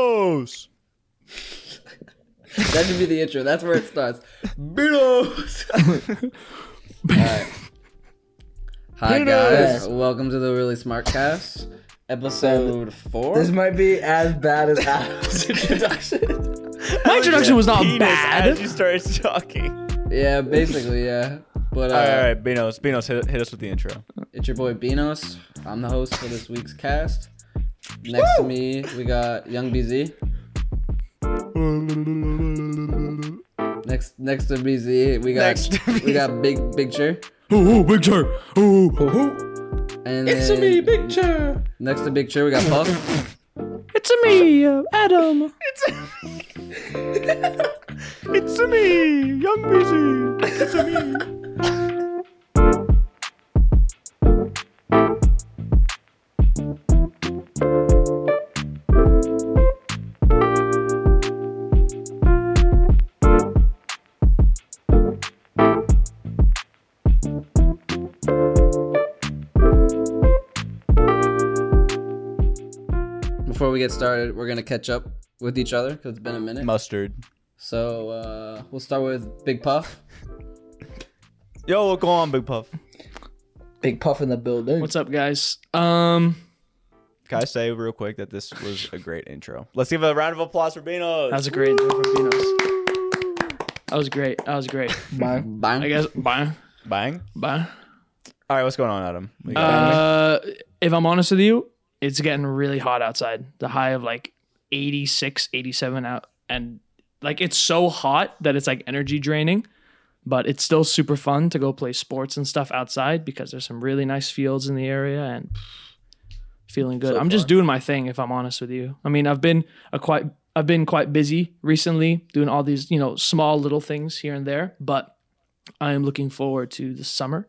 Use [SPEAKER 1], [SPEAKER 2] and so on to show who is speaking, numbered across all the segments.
[SPEAKER 1] Beatles.
[SPEAKER 2] That should be the intro. That's where it starts. Beatles. All right. Hi guys, welcome to the Really Smart Cast, episode four.
[SPEAKER 3] This might be as bad as Adam's introduction.
[SPEAKER 4] My introduction was not
[SPEAKER 1] Penis
[SPEAKER 4] bad.
[SPEAKER 1] As you started talking.
[SPEAKER 2] yeah, basically, yeah. But uh,
[SPEAKER 1] All right, all right, Beanos, Beanos, hit, hit us with the intro.
[SPEAKER 2] it's your boy Beanos. I'm the host for this week's cast. Next to me, we got Young BZ. Next, next to BZ, we got
[SPEAKER 1] Next to
[SPEAKER 2] we got Big Picture.
[SPEAKER 4] Ooh, ooh, big turn. Ooh, ooh, ooh.
[SPEAKER 2] And
[SPEAKER 3] it's a
[SPEAKER 2] then
[SPEAKER 3] me picture.
[SPEAKER 2] Next to Big Cheer, we got Puff.
[SPEAKER 4] It's a me, uh, Adam.
[SPEAKER 1] It's me, Young Busy.
[SPEAKER 2] Before we get started, we're gonna catch up with each other because it's been a minute.
[SPEAKER 1] Mustard.
[SPEAKER 2] So uh, we'll start with Big Puff.
[SPEAKER 1] Yo, what going on, Big Puff?
[SPEAKER 3] Big puff in the building.
[SPEAKER 4] What's up, guys? Um,
[SPEAKER 1] Can I say real quick that this was a great intro? Let's give a round of applause for Beanos.
[SPEAKER 4] that was a great intro from Beanos. That was great. That was great.
[SPEAKER 3] My
[SPEAKER 2] Bang.
[SPEAKER 4] I guess. Bye.
[SPEAKER 1] Bang.
[SPEAKER 4] Bye.
[SPEAKER 1] All right, what's going on, Adam? What you got?
[SPEAKER 4] Uh, if I'm honest with you, it's getting really hot outside. The high of like 86, 87 out. And like it's so hot that it's like energy draining, but it's still super fun to go play sports and stuff outside because there's some really nice fields in the area and feeling good. I'm just doing my thing if I'm honest with you. I mean, I've been a quite I've been quite busy recently doing all these, you know, small little things here and there, but I am looking forward to the summer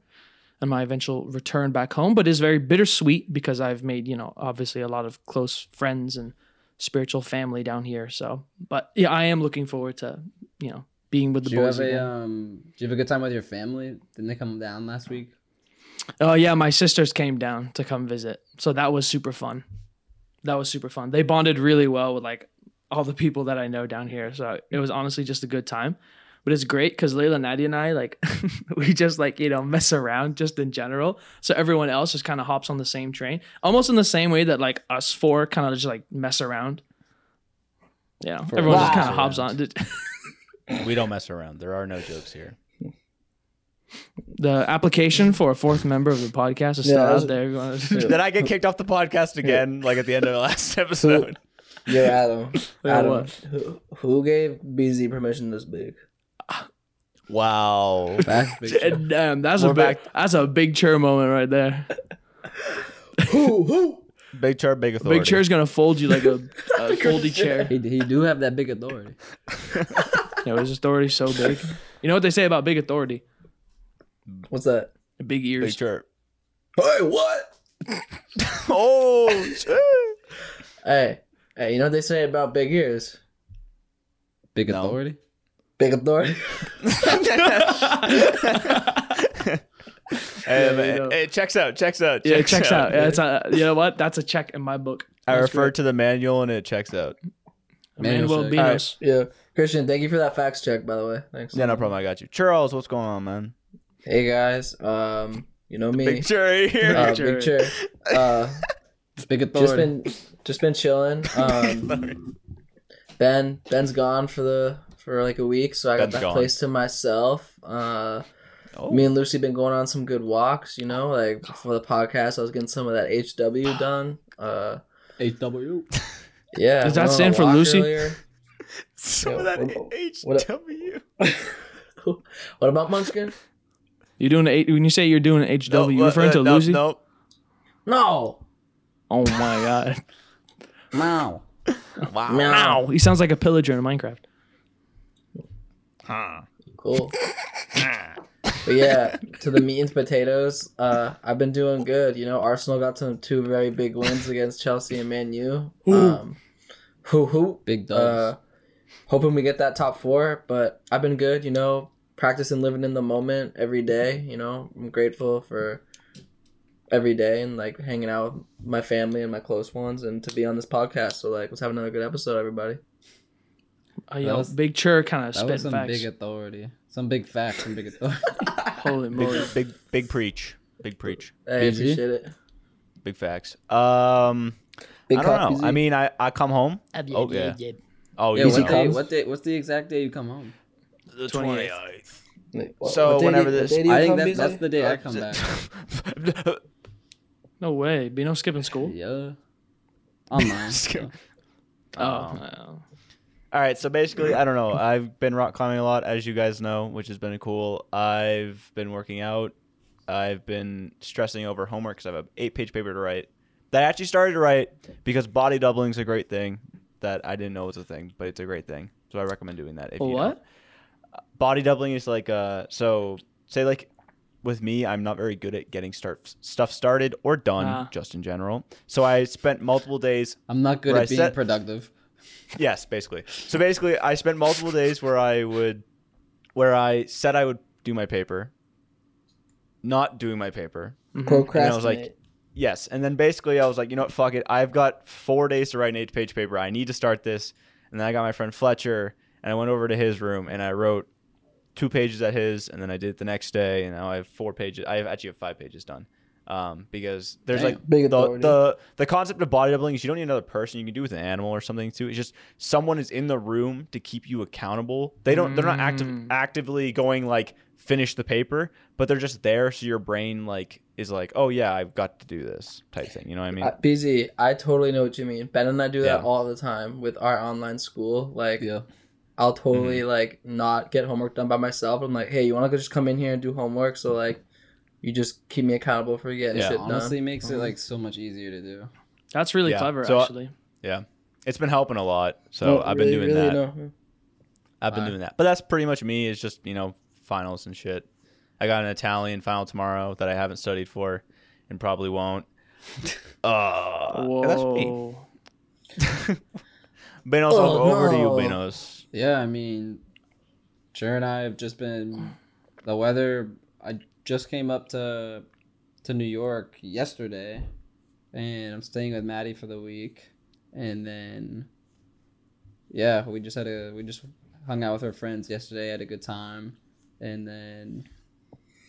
[SPEAKER 4] and my eventual return back home, but is very bittersweet because I've made, you know, obviously a lot of close friends and spiritual family down here. So, but yeah, I am looking forward to, you know, being with the
[SPEAKER 2] Do you
[SPEAKER 4] boys.
[SPEAKER 2] have a
[SPEAKER 4] again.
[SPEAKER 2] um? Do you have a good time with your family? Didn't they come down last week?
[SPEAKER 4] Oh yeah, my sisters came down to come visit. So that was super fun. That was super fun. They bonded really well with like all the people that I know down here. So it was honestly just a good time. But it's great because Layla, Nadia, and I like we just like you know mess around just in general. So everyone else just kind of hops on the same train, almost in the same way that like us four kind of just like mess around. Yeah,
[SPEAKER 2] For
[SPEAKER 4] everyone just
[SPEAKER 3] Wow.
[SPEAKER 4] kind of hops on.
[SPEAKER 1] we don't mess around. There are no jokes here.
[SPEAKER 4] The application for a fourth member of the podcast is still
[SPEAKER 3] Yeah,
[SPEAKER 4] out
[SPEAKER 3] that's-
[SPEAKER 4] there. You wanna-
[SPEAKER 1] Did I get kicked off the podcast again, like at the end of the last episode?
[SPEAKER 3] Yo, Adam.
[SPEAKER 4] Yeah,
[SPEAKER 3] Adam.
[SPEAKER 4] what?
[SPEAKER 3] Who, who gave BZ permission this big?
[SPEAKER 1] Wow.
[SPEAKER 2] Back, Big Cheer.
[SPEAKER 4] Damn, that's
[SPEAKER 1] We're
[SPEAKER 4] a big,
[SPEAKER 1] back.
[SPEAKER 4] that's a big chair moment right there.
[SPEAKER 3] Who? Who?
[SPEAKER 1] Big chair, big authority.
[SPEAKER 4] Big chair's gonna fold you like a, a foldy chair.
[SPEAKER 2] He, he do have that big authority.
[SPEAKER 4] You know, his authority's so big. You know what they say about big authority?
[SPEAKER 3] What's that?
[SPEAKER 4] Big
[SPEAKER 1] Big
[SPEAKER 4] ears.
[SPEAKER 1] chair.
[SPEAKER 3] Hey, what?
[SPEAKER 1] Oh, shit.
[SPEAKER 3] Hey, hey, you know what they say about big ears?
[SPEAKER 2] Big
[SPEAKER 1] No.
[SPEAKER 2] authority.
[SPEAKER 3] Big authority.
[SPEAKER 1] Hey,
[SPEAKER 4] Yeah, you
[SPEAKER 1] it-
[SPEAKER 4] know.
[SPEAKER 1] it checks out. Checks out.
[SPEAKER 4] yeah, it checks out. Yeah, it's a, you know what? That's a check in my book.
[SPEAKER 1] I
[SPEAKER 4] That's
[SPEAKER 1] refer
[SPEAKER 4] great.
[SPEAKER 1] to the manual and it checks out.
[SPEAKER 4] Manuel
[SPEAKER 2] Manuel
[SPEAKER 4] Benos.
[SPEAKER 3] yeah. Christian, thank you for that facts check, by the way. Thanks.
[SPEAKER 1] Yeah, no problem. I got you. Charles, what's going on, man?
[SPEAKER 3] Hey guys. Um, you know me.
[SPEAKER 1] Big chair here.
[SPEAKER 3] Uh,
[SPEAKER 4] Picture.
[SPEAKER 3] big chair. Uh,
[SPEAKER 2] Big
[SPEAKER 3] just
[SPEAKER 2] authority.
[SPEAKER 3] been just been chilling. Um, Ben Ben's gone for the for like a week, so I
[SPEAKER 1] Ben's
[SPEAKER 3] got that
[SPEAKER 1] gone.
[SPEAKER 3] place to myself. Uh,
[SPEAKER 1] Oh.
[SPEAKER 3] Me and Lucy been going on some good walks, you know, like for the podcast. I was getting some of that HW done. Uh,
[SPEAKER 2] HW.
[SPEAKER 3] yeah.
[SPEAKER 4] Does that
[SPEAKER 3] went on a
[SPEAKER 4] stand for
[SPEAKER 3] walk
[SPEAKER 4] Lucy?
[SPEAKER 3] earlier.
[SPEAKER 1] Some of
[SPEAKER 3] Yeah,
[SPEAKER 1] that
[SPEAKER 3] what- what-
[SPEAKER 1] HW.
[SPEAKER 3] What about Munchkin?
[SPEAKER 4] You're doing a, when you say you're doing an HW, you referring to
[SPEAKER 1] no,
[SPEAKER 4] Lucy?
[SPEAKER 1] No.
[SPEAKER 3] No.
[SPEAKER 4] Oh my god!
[SPEAKER 2] Wow.
[SPEAKER 1] Wow.
[SPEAKER 3] Meow.
[SPEAKER 4] Ow! He sounds like a pillager in Minecraft.
[SPEAKER 3] Cool. but yeah, to the meat and potatoes. Uh, I've been doing good. You know, Arsenal got some two very big wins against Chelsea and Man U. Um, who who
[SPEAKER 2] Big dogs.
[SPEAKER 3] Uh, hoping we get that top four, but I've been good, you know, practicing living in the moment every day. You know, I'm grateful for every day and like hanging out with my family and my close ones and to be on this podcast. So like, let's have another good episode, everybody.
[SPEAKER 1] Oh,
[SPEAKER 4] I yelled,
[SPEAKER 2] was-
[SPEAKER 4] Big Chur kind of
[SPEAKER 2] That was
[SPEAKER 4] spitting
[SPEAKER 2] some
[SPEAKER 4] facts.
[SPEAKER 2] big authority. Some big facts. Some big authority.
[SPEAKER 4] Holy moly.
[SPEAKER 1] Big, big, big preach. Big preach.
[SPEAKER 3] Hey,
[SPEAKER 2] BG?
[SPEAKER 3] appreciate it.
[SPEAKER 1] Big facts. Um,
[SPEAKER 3] Big
[SPEAKER 1] I don't
[SPEAKER 3] copies,
[SPEAKER 1] know. I mean, I, I come home. Oh, yeah. Oh,
[SPEAKER 2] yeah,
[SPEAKER 1] you
[SPEAKER 2] what
[SPEAKER 1] know.
[SPEAKER 2] day,
[SPEAKER 3] comes-
[SPEAKER 2] what day? What's the exact day you come home?
[SPEAKER 1] The
[SPEAKER 4] 28th.
[SPEAKER 3] Wait, what-
[SPEAKER 1] So
[SPEAKER 3] what day
[SPEAKER 1] whenever
[SPEAKER 3] do-
[SPEAKER 1] this-
[SPEAKER 3] what day do you
[SPEAKER 2] I think
[SPEAKER 3] come,
[SPEAKER 2] that,
[SPEAKER 3] BG?
[SPEAKER 2] that's the day I come back.
[SPEAKER 4] No way. Bino skipping school?
[SPEAKER 2] Yeah. Online.
[SPEAKER 1] Just kidding.
[SPEAKER 4] Oh.
[SPEAKER 1] Um,
[SPEAKER 4] wow.
[SPEAKER 1] All right, so basically, I don't know. I've been rock climbing a lot, as you guys know, which has been cool. I've been working out. I've been stressing over homework because I have an eight-page paper to write. That I actually started to write because body doubling's a great thing that I didn't know was a thing, but it's a great thing. So I recommend doing that. If
[SPEAKER 4] A
[SPEAKER 1] you
[SPEAKER 4] what?
[SPEAKER 1] don't. body doubling is like uh so say like with me i'm not very good at getting start stuff started or done
[SPEAKER 4] Ah.
[SPEAKER 1] just in general so i spent multiple days
[SPEAKER 2] I'm not good
[SPEAKER 1] Right,
[SPEAKER 2] at being
[SPEAKER 1] set-
[SPEAKER 2] productive.
[SPEAKER 1] yes basically so basically i spent multiple days where i would where i said i would do my paper not doing my paper
[SPEAKER 3] Procrastinate.
[SPEAKER 1] And I was like, yes. And then basically, I was like, you know what? Fuck it. I've got four days to write an eight page paper. I need to start this. And then I got my friend Fletcher and I went over to his room and I wrote two pages at his. And then I did it the next day. And now I have four pages. I have actually have five pages done. Um, because there's
[SPEAKER 2] Damn.
[SPEAKER 1] like
[SPEAKER 3] Big
[SPEAKER 1] the,
[SPEAKER 3] authority.
[SPEAKER 1] the Uh, the concept of body doubling is you don't need another person you can do it with an animal or something too it's just someone is in the room to keep you accountable they don't they're not active
[SPEAKER 4] Mm.
[SPEAKER 1] actively going like finish the paper but they're just there so your brain like is like oh yeah i've got to do this type thing you know what i mean
[SPEAKER 3] Uh, BZ, I totally know what you mean. Ben and I do that
[SPEAKER 1] Yeah.
[SPEAKER 3] all the time with our online school. Like,
[SPEAKER 2] Yeah.
[SPEAKER 3] I'll totally
[SPEAKER 1] Mm-hmm.
[SPEAKER 3] like not get homework done by myself. I'm like, hey, you want to just come in here and do homework? So like, you just keep me accountable for getting
[SPEAKER 1] Yeah.
[SPEAKER 3] shit
[SPEAKER 2] Honestly,
[SPEAKER 3] done.
[SPEAKER 2] makes it
[SPEAKER 3] Mhm.
[SPEAKER 2] like so much easier to do.
[SPEAKER 4] That's really
[SPEAKER 1] Yeah,
[SPEAKER 4] clever,
[SPEAKER 1] so, uh,
[SPEAKER 4] actually.
[SPEAKER 1] it's been helping a lot so
[SPEAKER 3] No,
[SPEAKER 1] i've
[SPEAKER 3] really,
[SPEAKER 1] been doing
[SPEAKER 3] really,
[SPEAKER 1] that
[SPEAKER 3] no.
[SPEAKER 1] i've been
[SPEAKER 2] Alright.
[SPEAKER 1] doing that but that's pretty much me it's just you know finals and shit i got an italian final tomorrow that i haven't studied for and probably won't uh, and that's me
[SPEAKER 4] Whoa.
[SPEAKER 1] Benos,
[SPEAKER 3] Oh,
[SPEAKER 1] over to you,
[SPEAKER 3] no.
[SPEAKER 1] Benos.
[SPEAKER 2] Yeah, I mean, Jer and I have just been the weather. I just came up to to New York yesterday, and I'm staying with Maddie for the week, and then yeah, we just had a we just hung out with our friends yesterday, had a good time, and then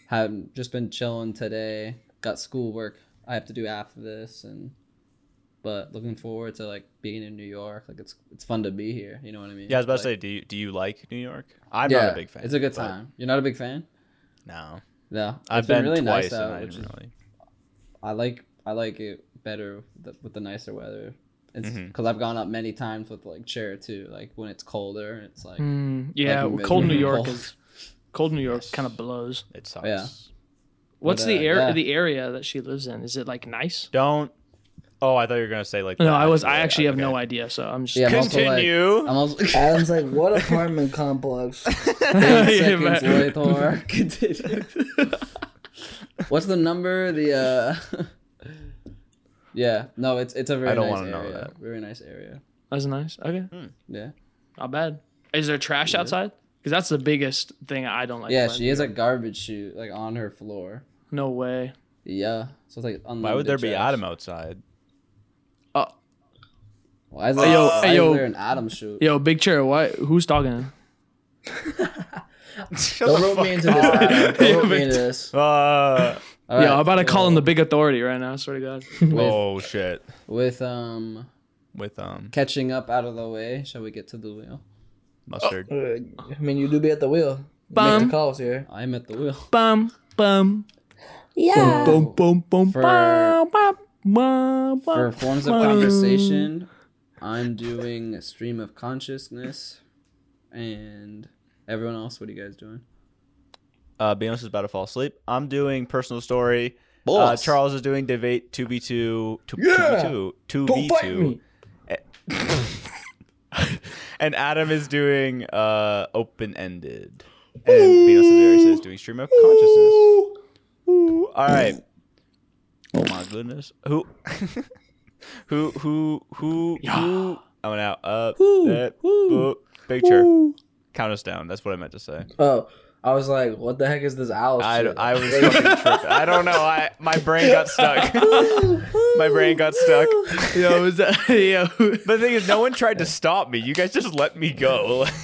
[SPEAKER 2] have just been chilling today. Got schoolwork I have to do after this, and but looking forward to like being in New York. Like it's it's fun to be here. You know what I mean?
[SPEAKER 1] Yeah, I was about to
[SPEAKER 2] Like,
[SPEAKER 1] say, do you do you like New York? I'm not a big fan.
[SPEAKER 2] It's a good
[SPEAKER 1] but
[SPEAKER 2] time. You're not a big fan?
[SPEAKER 1] No,
[SPEAKER 2] No, it's
[SPEAKER 1] I've been, twice,
[SPEAKER 2] out,
[SPEAKER 1] and I
[SPEAKER 2] which
[SPEAKER 1] didn't
[SPEAKER 2] is,
[SPEAKER 1] really.
[SPEAKER 2] I like I like it better th- with the nicer weather. It's
[SPEAKER 1] Mhm.
[SPEAKER 2] because I've gone up many times with like chair too. Like when it's colder, it's like
[SPEAKER 4] Mm, yeah,
[SPEAKER 2] like
[SPEAKER 4] cold New
[SPEAKER 2] miserable.
[SPEAKER 4] York is cold. New York
[SPEAKER 1] Yes.
[SPEAKER 4] kind of blows.
[SPEAKER 1] It sucks.
[SPEAKER 2] Yeah.
[SPEAKER 4] What's
[SPEAKER 2] uh,
[SPEAKER 4] the air?
[SPEAKER 2] yeah.
[SPEAKER 4] The area that she lives in is it like nice?
[SPEAKER 1] Don't. Oh, I thought you were gonna say like.
[SPEAKER 4] No,
[SPEAKER 1] that.
[SPEAKER 4] I was. I
[SPEAKER 1] Yeah,
[SPEAKER 4] actually have no
[SPEAKER 1] okay.
[SPEAKER 4] idea, so I'm just.
[SPEAKER 2] Yeah, I'm also, like-
[SPEAKER 1] Continue.
[SPEAKER 2] I'm also
[SPEAKER 3] Adam's like, what apartment complex?
[SPEAKER 4] Yeah,
[SPEAKER 2] seconds
[SPEAKER 4] but-
[SPEAKER 2] late, or continue. What's the number? The uh, yeah, no, it's it's a very
[SPEAKER 1] I don't
[SPEAKER 2] nice
[SPEAKER 1] wanna know
[SPEAKER 2] area.
[SPEAKER 1] that.
[SPEAKER 2] Very nice area.
[SPEAKER 4] That's nice. Okay,
[SPEAKER 2] Yeah,
[SPEAKER 4] not bad. Is there trash outside? Because that's the biggest thing I don't like.
[SPEAKER 2] yeah.
[SPEAKER 4] about
[SPEAKER 2] She
[SPEAKER 4] New
[SPEAKER 2] has a
[SPEAKER 4] York.
[SPEAKER 2] garbage chute like on her floor.
[SPEAKER 4] No way.
[SPEAKER 2] Yeah, so it's like unlimited
[SPEAKER 1] Why would there be
[SPEAKER 2] trash.
[SPEAKER 1] Adam outside?
[SPEAKER 4] Uh,
[SPEAKER 2] Why is
[SPEAKER 4] Ayo,
[SPEAKER 2] there, why is
[SPEAKER 4] ayo.
[SPEAKER 2] there an Adam shoot?
[SPEAKER 4] Yo, big chair. Why? Who's talking?
[SPEAKER 1] Shut
[SPEAKER 3] Don't
[SPEAKER 1] the
[SPEAKER 3] rope
[SPEAKER 1] fuck
[SPEAKER 3] me into this, Adam. Don't rope me into this.
[SPEAKER 1] up. Uh,
[SPEAKER 2] All
[SPEAKER 4] Yo,
[SPEAKER 2] right,
[SPEAKER 4] I'm about to call
[SPEAKER 2] so
[SPEAKER 4] him the big authority right now. I swear to God.
[SPEAKER 2] With,
[SPEAKER 1] oh shit.
[SPEAKER 2] with um
[SPEAKER 1] With um
[SPEAKER 2] catching up out of the way, shall we get to the wheel?
[SPEAKER 1] mustard.
[SPEAKER 3] I mean, you do be at the wheel. Make
[SPEAKER 4] Bum.
[SPEAKER 3] the calls here.
[SPEAKER 2] I'm at the wheel.
[SPEAKER 4] Bum bum. Yeah. Boom boom boom.
[SPEAKER 2] Oh. For-
[SPEAKER 4] bum, bum, bum,
[SPEAKER 2] For
[SPEAKER 4] bum.
[SPEAKER 2] forms of conversation, I'm doing a stream of consciousness, and everyone else, what are you guys doing?
[SPEAKER 1] Uh, Benos is about to fall asleep. I'm doing personal story. Uh,
[SPEAKER 2] Boss.
[SPEAKER 1] Charles is doing debate two v two two
[SPEAKER 3] Yeah.
[SPEAKER 1] two two
[SPEAKER 3] Go
[SPEAKER 1] v
[SPEAKER 3] fight
[SPEAKER 1] two.
[SPEAKER 3] me.
[SPEAKER 1] and Adam is doing uh open ended. And Beano Sedaris is doing stream of consciousness. All right. Oh my goodness. Who who who who who I went out. Uh that, boop, picture. Count us down. That's what I meant to say.
[SPEAKER 3] Oh, I was like, what the heck is this owl?
[SPEAKER 1] I,
[SPEAKER 3] shit?
[SPEAKER 1] I was fucking tripping. I don't know. I my brain got stuck. my brain got stuck.
[SPEAKER 4] Yo, was that, yo.
[SPEAKER 1] But the thing is, no one tried to stop me. You guys just let me go.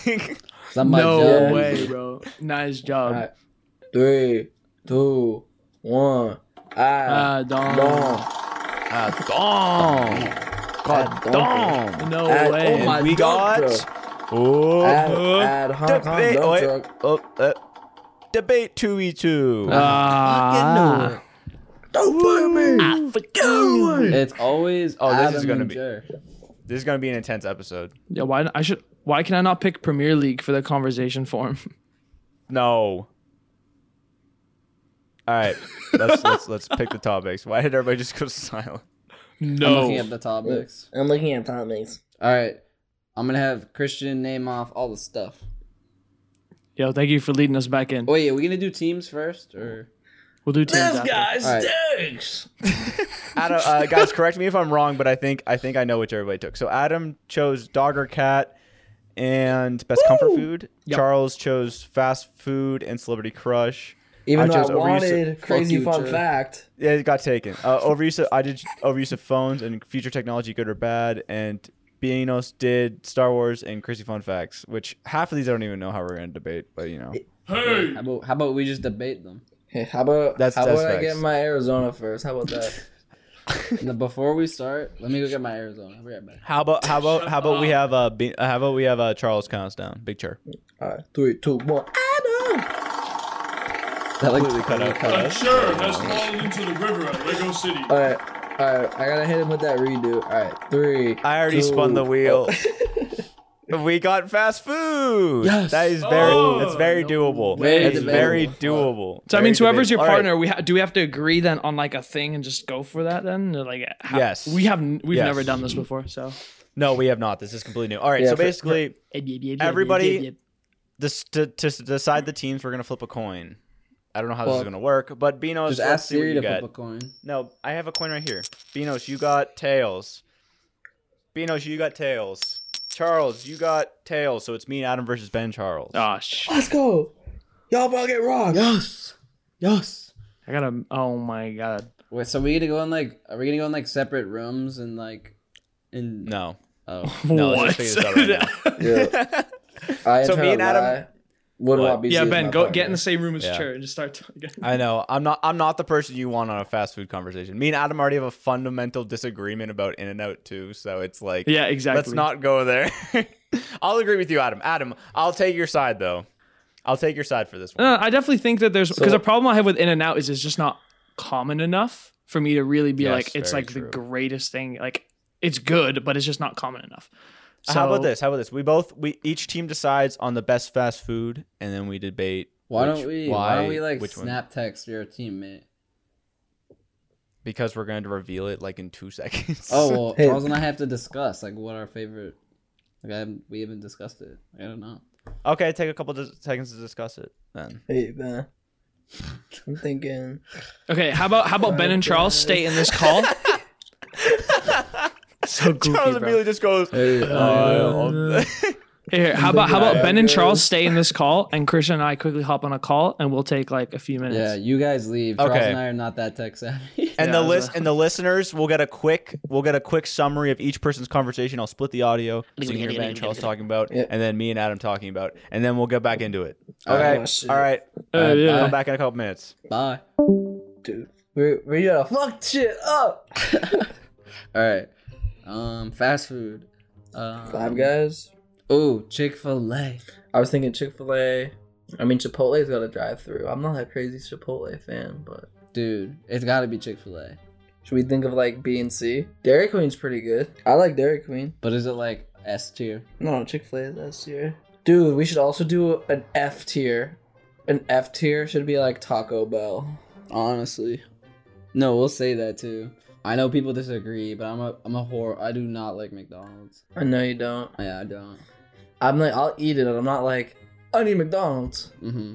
[SPEAKER 1] Like,
[SPEAKER 2] Not my
[SPEAKER 4] No
[SPEAKER 2] job.
[SPEAKER 4] way, bro. Nice job.
[SPEAKER 3] Alright. Three, two, one. Ah,
[SPEAKER 4] Ah, dog.
[SPEAKER 3] bon.
[SPEAKER 1] ah, dong.
[SPEAKER 4] Ah.
[SPEAKER 3] God
[SPEAKER 1] Dong.
[SPEAKER 4] No
[SPEAKER 3] Ah,
[SPEAKER 4] way.
[SPEAKER 3] oh my
[SPEAKER 1] we
[SPEAKER 3] dog, Ah,
[SPEAKER 1] got. Oh,
[SPEAKER 3] Ad,
[SPEAKER 1] uh,
[SPEAKER 3] ad, Hong Kong
[SPEAKER 1] debate.
[SPEAKER 3] dump
[SPEAKER 1] wait,
[SPEAKER 3] truck.
[SPEAKER 1] oh, uh, debate two e two.
[SPEAKER 4] Ah.
[SPEAKER 3] Don't blame me.
[SPEAKER 1] Ah,
[SPEAKER 2] It's always
[SPEAKER 1] Oh, this is
[SPEAKER 2] Adam
[SPEAKER 1] gonna
[SPEAKER 2] and
[SPEAKER 1] be-
[SPEAKER 2] Jer.
[SPEAKER 1] This is gonna be an intense episode.
[SPEAKER 4] Yeah, why I should why can I not pick Premier League for the conversation form?
[SPEAKER 1] No. All right, let's let's let's pick the topics. Why did everybody just go silent?
[SPEAKER 2] I'm
[SPEAKER 4] No.
[SPEAKER 2] looking at the topics.
[SPEAKER 3] I'm looking at topics.
[SPEAKER 2] All right, I'm gonna have Christian name off all the stuff. Oh,
[SPEAKER 4] Yo, thank you for leading us back in.
[SPEAKER 2] Wait, are we gonna do teams first or?
[SPEAKER 4] We'll do teams after.
[SPEAKER 2] All
[SPEAKER 3] stinks.
[SPEAKER 1] Adam, uh, guys, correct me if I'm wrong, but I think I think I know which everybody took. So Adam chose dog or cat, and best comfort food.
[SPEAKER 4] Yep.
[SPEAKER 1] Charles chose fast food and celebrity crush.
[SPEAKER 3] Even
[SPEAKER 1] I
[SPEAKER 3] though
[SPEAKER 1] chose
[SPEAKER 3] I
[SPEAKER 1] overuse-
[SPEAKER 3] wanted crazy
[SPEAKER 2] you,
[SPEAKER 3] fun
[SPEAKER 2] Jer.
[SPEAKER 3] fact.
[SPEAKER 1] Yeah, it got taken. Uh, overuse. Of, I did overuse of phones and future technology, good or bad. And Beanos did Star Wars and crazy fun facts, which half of these I don't even know how we're gonna debate, but you know.
[SPEAKER 2] How about how about we just debate them?
[SPEAKER 3] Hey, how about
[SPEAKER 1] That's-
[SPEAKER 3] how
[SPEAKER 1] that's
[SPEAKER 3] about I
[SPEAKER 1] facts.
[SPEAKER 3] get my Arizona first? How about that?
[SPEAKER 2] Now, before we start, let me go get my Arizona. I'll be right back.
[SPEAKER 1] How about how about how about we have uh, Be- uh, how about we have uh, Charles counts down, big chair.
[SPEAKER 3] All right, three, two, one. Adam.
[SPEAKER 2] That like
[SPEAKER 1] Completely cut out.
[SPEAKER 2] totally cut
[SPEAKER 5] That
[SPEAKER 2] out.
[SPEAKER 5] sure has fallen into the river at Lego City.
[SPEAKER 3] All right, all right. I gotta hit him with that redo. All right, three.
[SPEAKER 1] I already spun the
[SPEAKER 3] two,
[SPEAKER 1] wheel. we got fast food.
[SPEAKER 4] Yes.
[SPEAKER 1] That is very
[SPEAKER 5] Oh,
[SPEAKER 1] that's very doable.
[SPEAKER 2] way.
[SPEAKER 1] It's very
[SPEAKER 3] Debatable.
[SPEAKER 1] doable.
[SPEAKER 4] So I mean,
[SPEAKER 1] Very
[SPEAKER 4] so whoever's your
[SPEAKER 1] debatable. All right.
[SPEAKER 4] partner, we ha- do we have to agree then on like a thing and just go for that then? Or, Like, how-
[SPEAKER 1] Yes.
[SPEAKER 4] we haven't we've
[SPEAKER 1] Yes.
[SPEAKER 4] never done this before, so
[SPEAKER 1] No, we have not. This is completely new. All right,
[SPEAKER 3] Yeah,
[SPEAKER 1] so
[SPEAKER 3] for-
[SPEAKER 1] basically Everybody- this to, to decide the teams we're going to flip a coin. I don't know how this is
[SPEAKER 2] Well,
[SPEAKER 1] going to work, but Beanos
[SPEAKER 2] Just
[SPEAKER 1] let's
[SPEAKER 2] ask
[SPEAKER 1] see what
[SPEAKER 2] Siri
[SPEAKER 1] you
[SPEAKER 2] to
[SPEAKER 1] got.
[SPEAKER 2] flip a coin.
[SPEAKER 1] No, I have a coin right here. Beanos, you got tails. Beanos, you got tails. Charles, you got tails. So it's me and Adam versus Ben Charles.
[SPEAKER 4] Oh sh-
[SPEAKER 3] Let's go. Y'all about to get rocked.
[SPEAKER 2] Yes, yes.
[SPEAKER 4] I gotta. Oh my god.
[SPEAKER 2] Wait, so we gonna go in like? Are we gonna go in like separate rooms and like? In
[SPEAKER 1] No.
[SPEAKER 2] Oh,
[SPEAKER 1] No,
[SPEAKER 4] what?
[SPEAKER 1] let's just figure this out right now.
[SPEAKER 3] Yeah. I
[SPEAKER 1] So
[SPEAKER 3] so
[SPEAKER 1] me and Adam-
[SPEAKER 3] Would
[SPEAKER 1] What?
[SPEAKER 3] want BC
[SPEAKER 4] yeah,
[SPEAKER 3] as
[SPEAKER 4] Ben,
[SPEAKER 3] my
[SPEAKER 4] go
[SPEAKER 3] partner.
[SPEAKER 4] get in the same room as
[SPEAKER 1] Yeah.
[SPEAKER 4] Chair and just start talking.
[SPEAKER 1] I know. I'm not I'm not the person you want on a fast food conversation. Me and Adam already have a fundamental disagreement about In and Out too, so it's like
[SPEAKER 4] yeah, exactly.
[SPEAKER 1] let's not go there. I'll agree with you, Adam. Adam, I'll take your side though. I'll take your side for this one.
[SPEAKER 4] No, no, I definitely think that there's because
[SPEAKER 3] So-
[SPEAKER 4] the problem I have with In and Out is it's just not common enough for me to really be
[SPEAKER 1] Yes,
[SPEAKER 4] like it's
[SPEAKER 1] very
[SPEAKER 4] like
[SPEAKER 1] true.
[SPEAKER 4] the greatest thing. Like it's good, but it's just not common enough. So,
[SPEAKER 1] How about this? How about this? We both we each team decides on the best fast food and then we debate
[SPEAKER 2] why
[SPEAKER 1] which-
[SPEAKER 2] don't we? Why, don't we like
[SPEAKER 1] which one.
[SPEAKER 2] snap text your teammate?
[SPEAKER 1] because we're going to reveal it like in 2 seconds.
[SPEAKER 2] Oh well,
[SPEAKER 3] Hey.
[SPEAKER 2] Charles and I have to discuss like what our favorite. Like I haven't, we haven't discussed it. I don't know.
[SPEAKER 1] okay, take a couple dis- seconds to discuss it then.
[SPEAKER 3] Hey, Ben. I'm thinking.
[SPEAKER 4] Okay, how about how about Ben and Charles stay in this call? so goofy,
[SPEAKER 1] Charles
[SPEAKER 4] bro.
[SPEAKER 1] immediately just goes
[SPEAKER 2] um,
[SPEAKER 1] "Uh,
[SPEAKER 4] Here, how about how about
[SPEAKER 3] Yeah,
[SPEAKER 4] Ben and
[SPEAKER 3] good.
[SPEAKER 4] Charles stay in this call, and Christian and I quickly hop on a call, and we'll take like a few
[SPEAKER 2] Yeah,
[SPEAKER 4] minutes.
[SPEAKER 2] you guys leave. Charles
[SPEAKER 1] Okay.
[SPEAKER 2] and I are not that tech savvy.
[SPEAKER 1] And
[SPEAKER 4] Yeah,
[SPEAKER 1] the
[SPEAKER 4] I was
[SPEAKER 1] list
[SPEAKER 4] gonna-
[SPEAKER 1] and the listeners will get a quick we'll get a quick summary of each person's conversation. I'll split the audio so you can hear Ben and Charles talking about,
[SPEAKER 3] Yeah.
[SPEAKER 1] and then me and Adam talking about, and then we'll get back into it.
[SPEAKER 3] Oh, shit.
[SPEAKER 1] all right.
[SPEAKER 4] Uh, yeah.
[SPEAKER 1] Come back in a couple minutes.
[SPEAKER 2] Bye.
[SPEAKER 3] Dude, we, we gotta fuck shit up.
[SPEAKER 2] All right. Um, fast food. Um,
[SPEAKER 3] Five guys.
[SPEAKER 2] Oh, Chick Fil A.
[SPEAKER 3] I was thinking Chick fil A. I mean, Chipotle's got a drive through. I'm not a crazy Chipotle fan, but.
[SPEAKER 2] Dude, it's got to be Chick Fil A.
[SPEAKER 3] Should we think of like B and C? Dairy Queen's pretty good. I like Dairy Queen.
[SPEAKER 2] But is it like S tier?
[SPEAKER 3] No, Chick fil A is S tier. Dude, we should also do an F tier. An F tier should be like Taco Bell.
[SPEAKER 2] Honestly, no. We'll say that too. I know people disagree, but I'm a I'm a whore. I do not like McDonald's.
[SPEAKER 3] I know you don't.
[SPEAKER 2] Oh, Yeah, I don't.
[SPEAKER 3] I'm like, I'll eat it, and I'm not like, I need McDonald's.
[SPEAKER 2] Mm-hmm.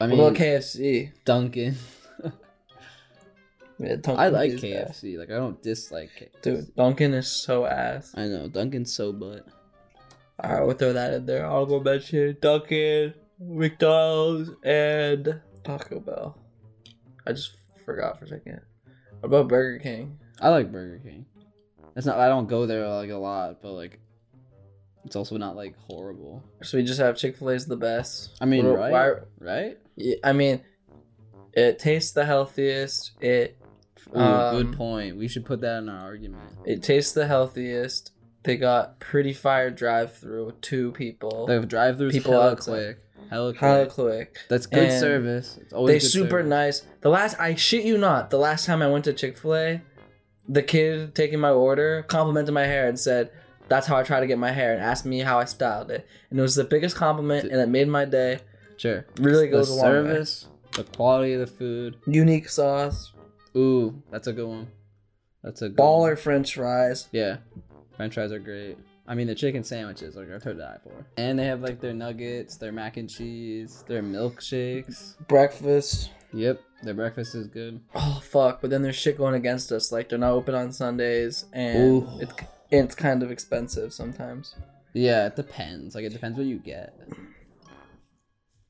[SPEAKER 2] I
[SPEAKER 3] I
[SPEAKER 2] mean,
[SPEAKER 3] about KFC.
[SPEAKER 2] Dunkin'.
[SPEAKER 3] Yeah,
[SPEAKER 2] I
[SPEAKER 3] Dunkin'
[SPEAKER 2] like
[SPEAKER 3] is ass.
[SPEAKER 2] KFC. Like I don't dislike KFC.
[SPEAKER 3] Dude, Dunkin' is so ass.
[SPEAKER 2] I know Dunkin's so butt.
[SPEAKER 3] Alright, we'll throw that in there. Honorable mention, Dunkin'. McDonald's and Taco Bell. I just forgot for a second. What about Burger King?
[SPEAKER 2] I like Burger King. It's not. I don't go there like a lot, but like, it's also not like horrible.
[SPEAKER 3] So we just have Chick Fil A's the best.
[SPEAKER 2] I mean, right?
[SPEAKER 3] Why- why-
[SPEAKER 2] Right?
[SPEAKER 3] Yeah, I mean, it tastes the healthiest. It
[SPEAKER 2] Ooh,
[SPEAKER 3] Um,
[SPEAKER 2] good point. We should put that in our argument.
[SPEAKER 3] it tastes the healthiest. They got pretty fire drive through two people.
[SPEAKER 2] The drive-throughs
[SPEAKER 3] people
[SPEAKER 2] people hella
[SPEAKER 3] outside.
[SPEAKER 2] quick. Hella quick.
[SPEAKER 3] Hella quick.
[SPEAKER 2] That's good
[SPEAKER 3] And
[SPEAKER 2] service. It's always
[SPEAKER 3] They
[SPEAKER 2] good
[SPEAKER 3] super
[SPEAKER 2] service.
[SPEAKER 3] nice. The last I shit you not, the last time I went to Chick Fil A, the kid taking my order complimented my hair and said, "That's how I try to get my hair," and asked me how I styled it, and it was the biggest compliment, and it made my day.
[SPEAKER 2] Sure.
[SPEAKER 3] Really
[SPEAKER 2] The
[SPEAKER 3] goes a long way.
[SPEAKER 2] service, the quality of the food.
[SPEAKER 3] Unique sauce,
[SPEAKER 2] Ooh, that's a good one. That's a good One.
[SPEAKER 3] baller French fries.
[SPEAKER 2] Yeah, French fries are great. I mean, the chicken sandwiches like are to die for. And they have like their nuggets, their mac and cheese, their milkshakes.
[SPEAKER 3] Breakfast.
[SPEAKER 2] Yep, their breakfast is good.
[SPEAKER 3] Oh fuck! But then there's shit going against us. Like they're not open on Sundays, and
[SPEAKER 2] Ooh.
[SPEAKER 3] it's it's kind of expensive sometimes.
[SPEAKER 2] Yeah, it depends. Like it depends what you get.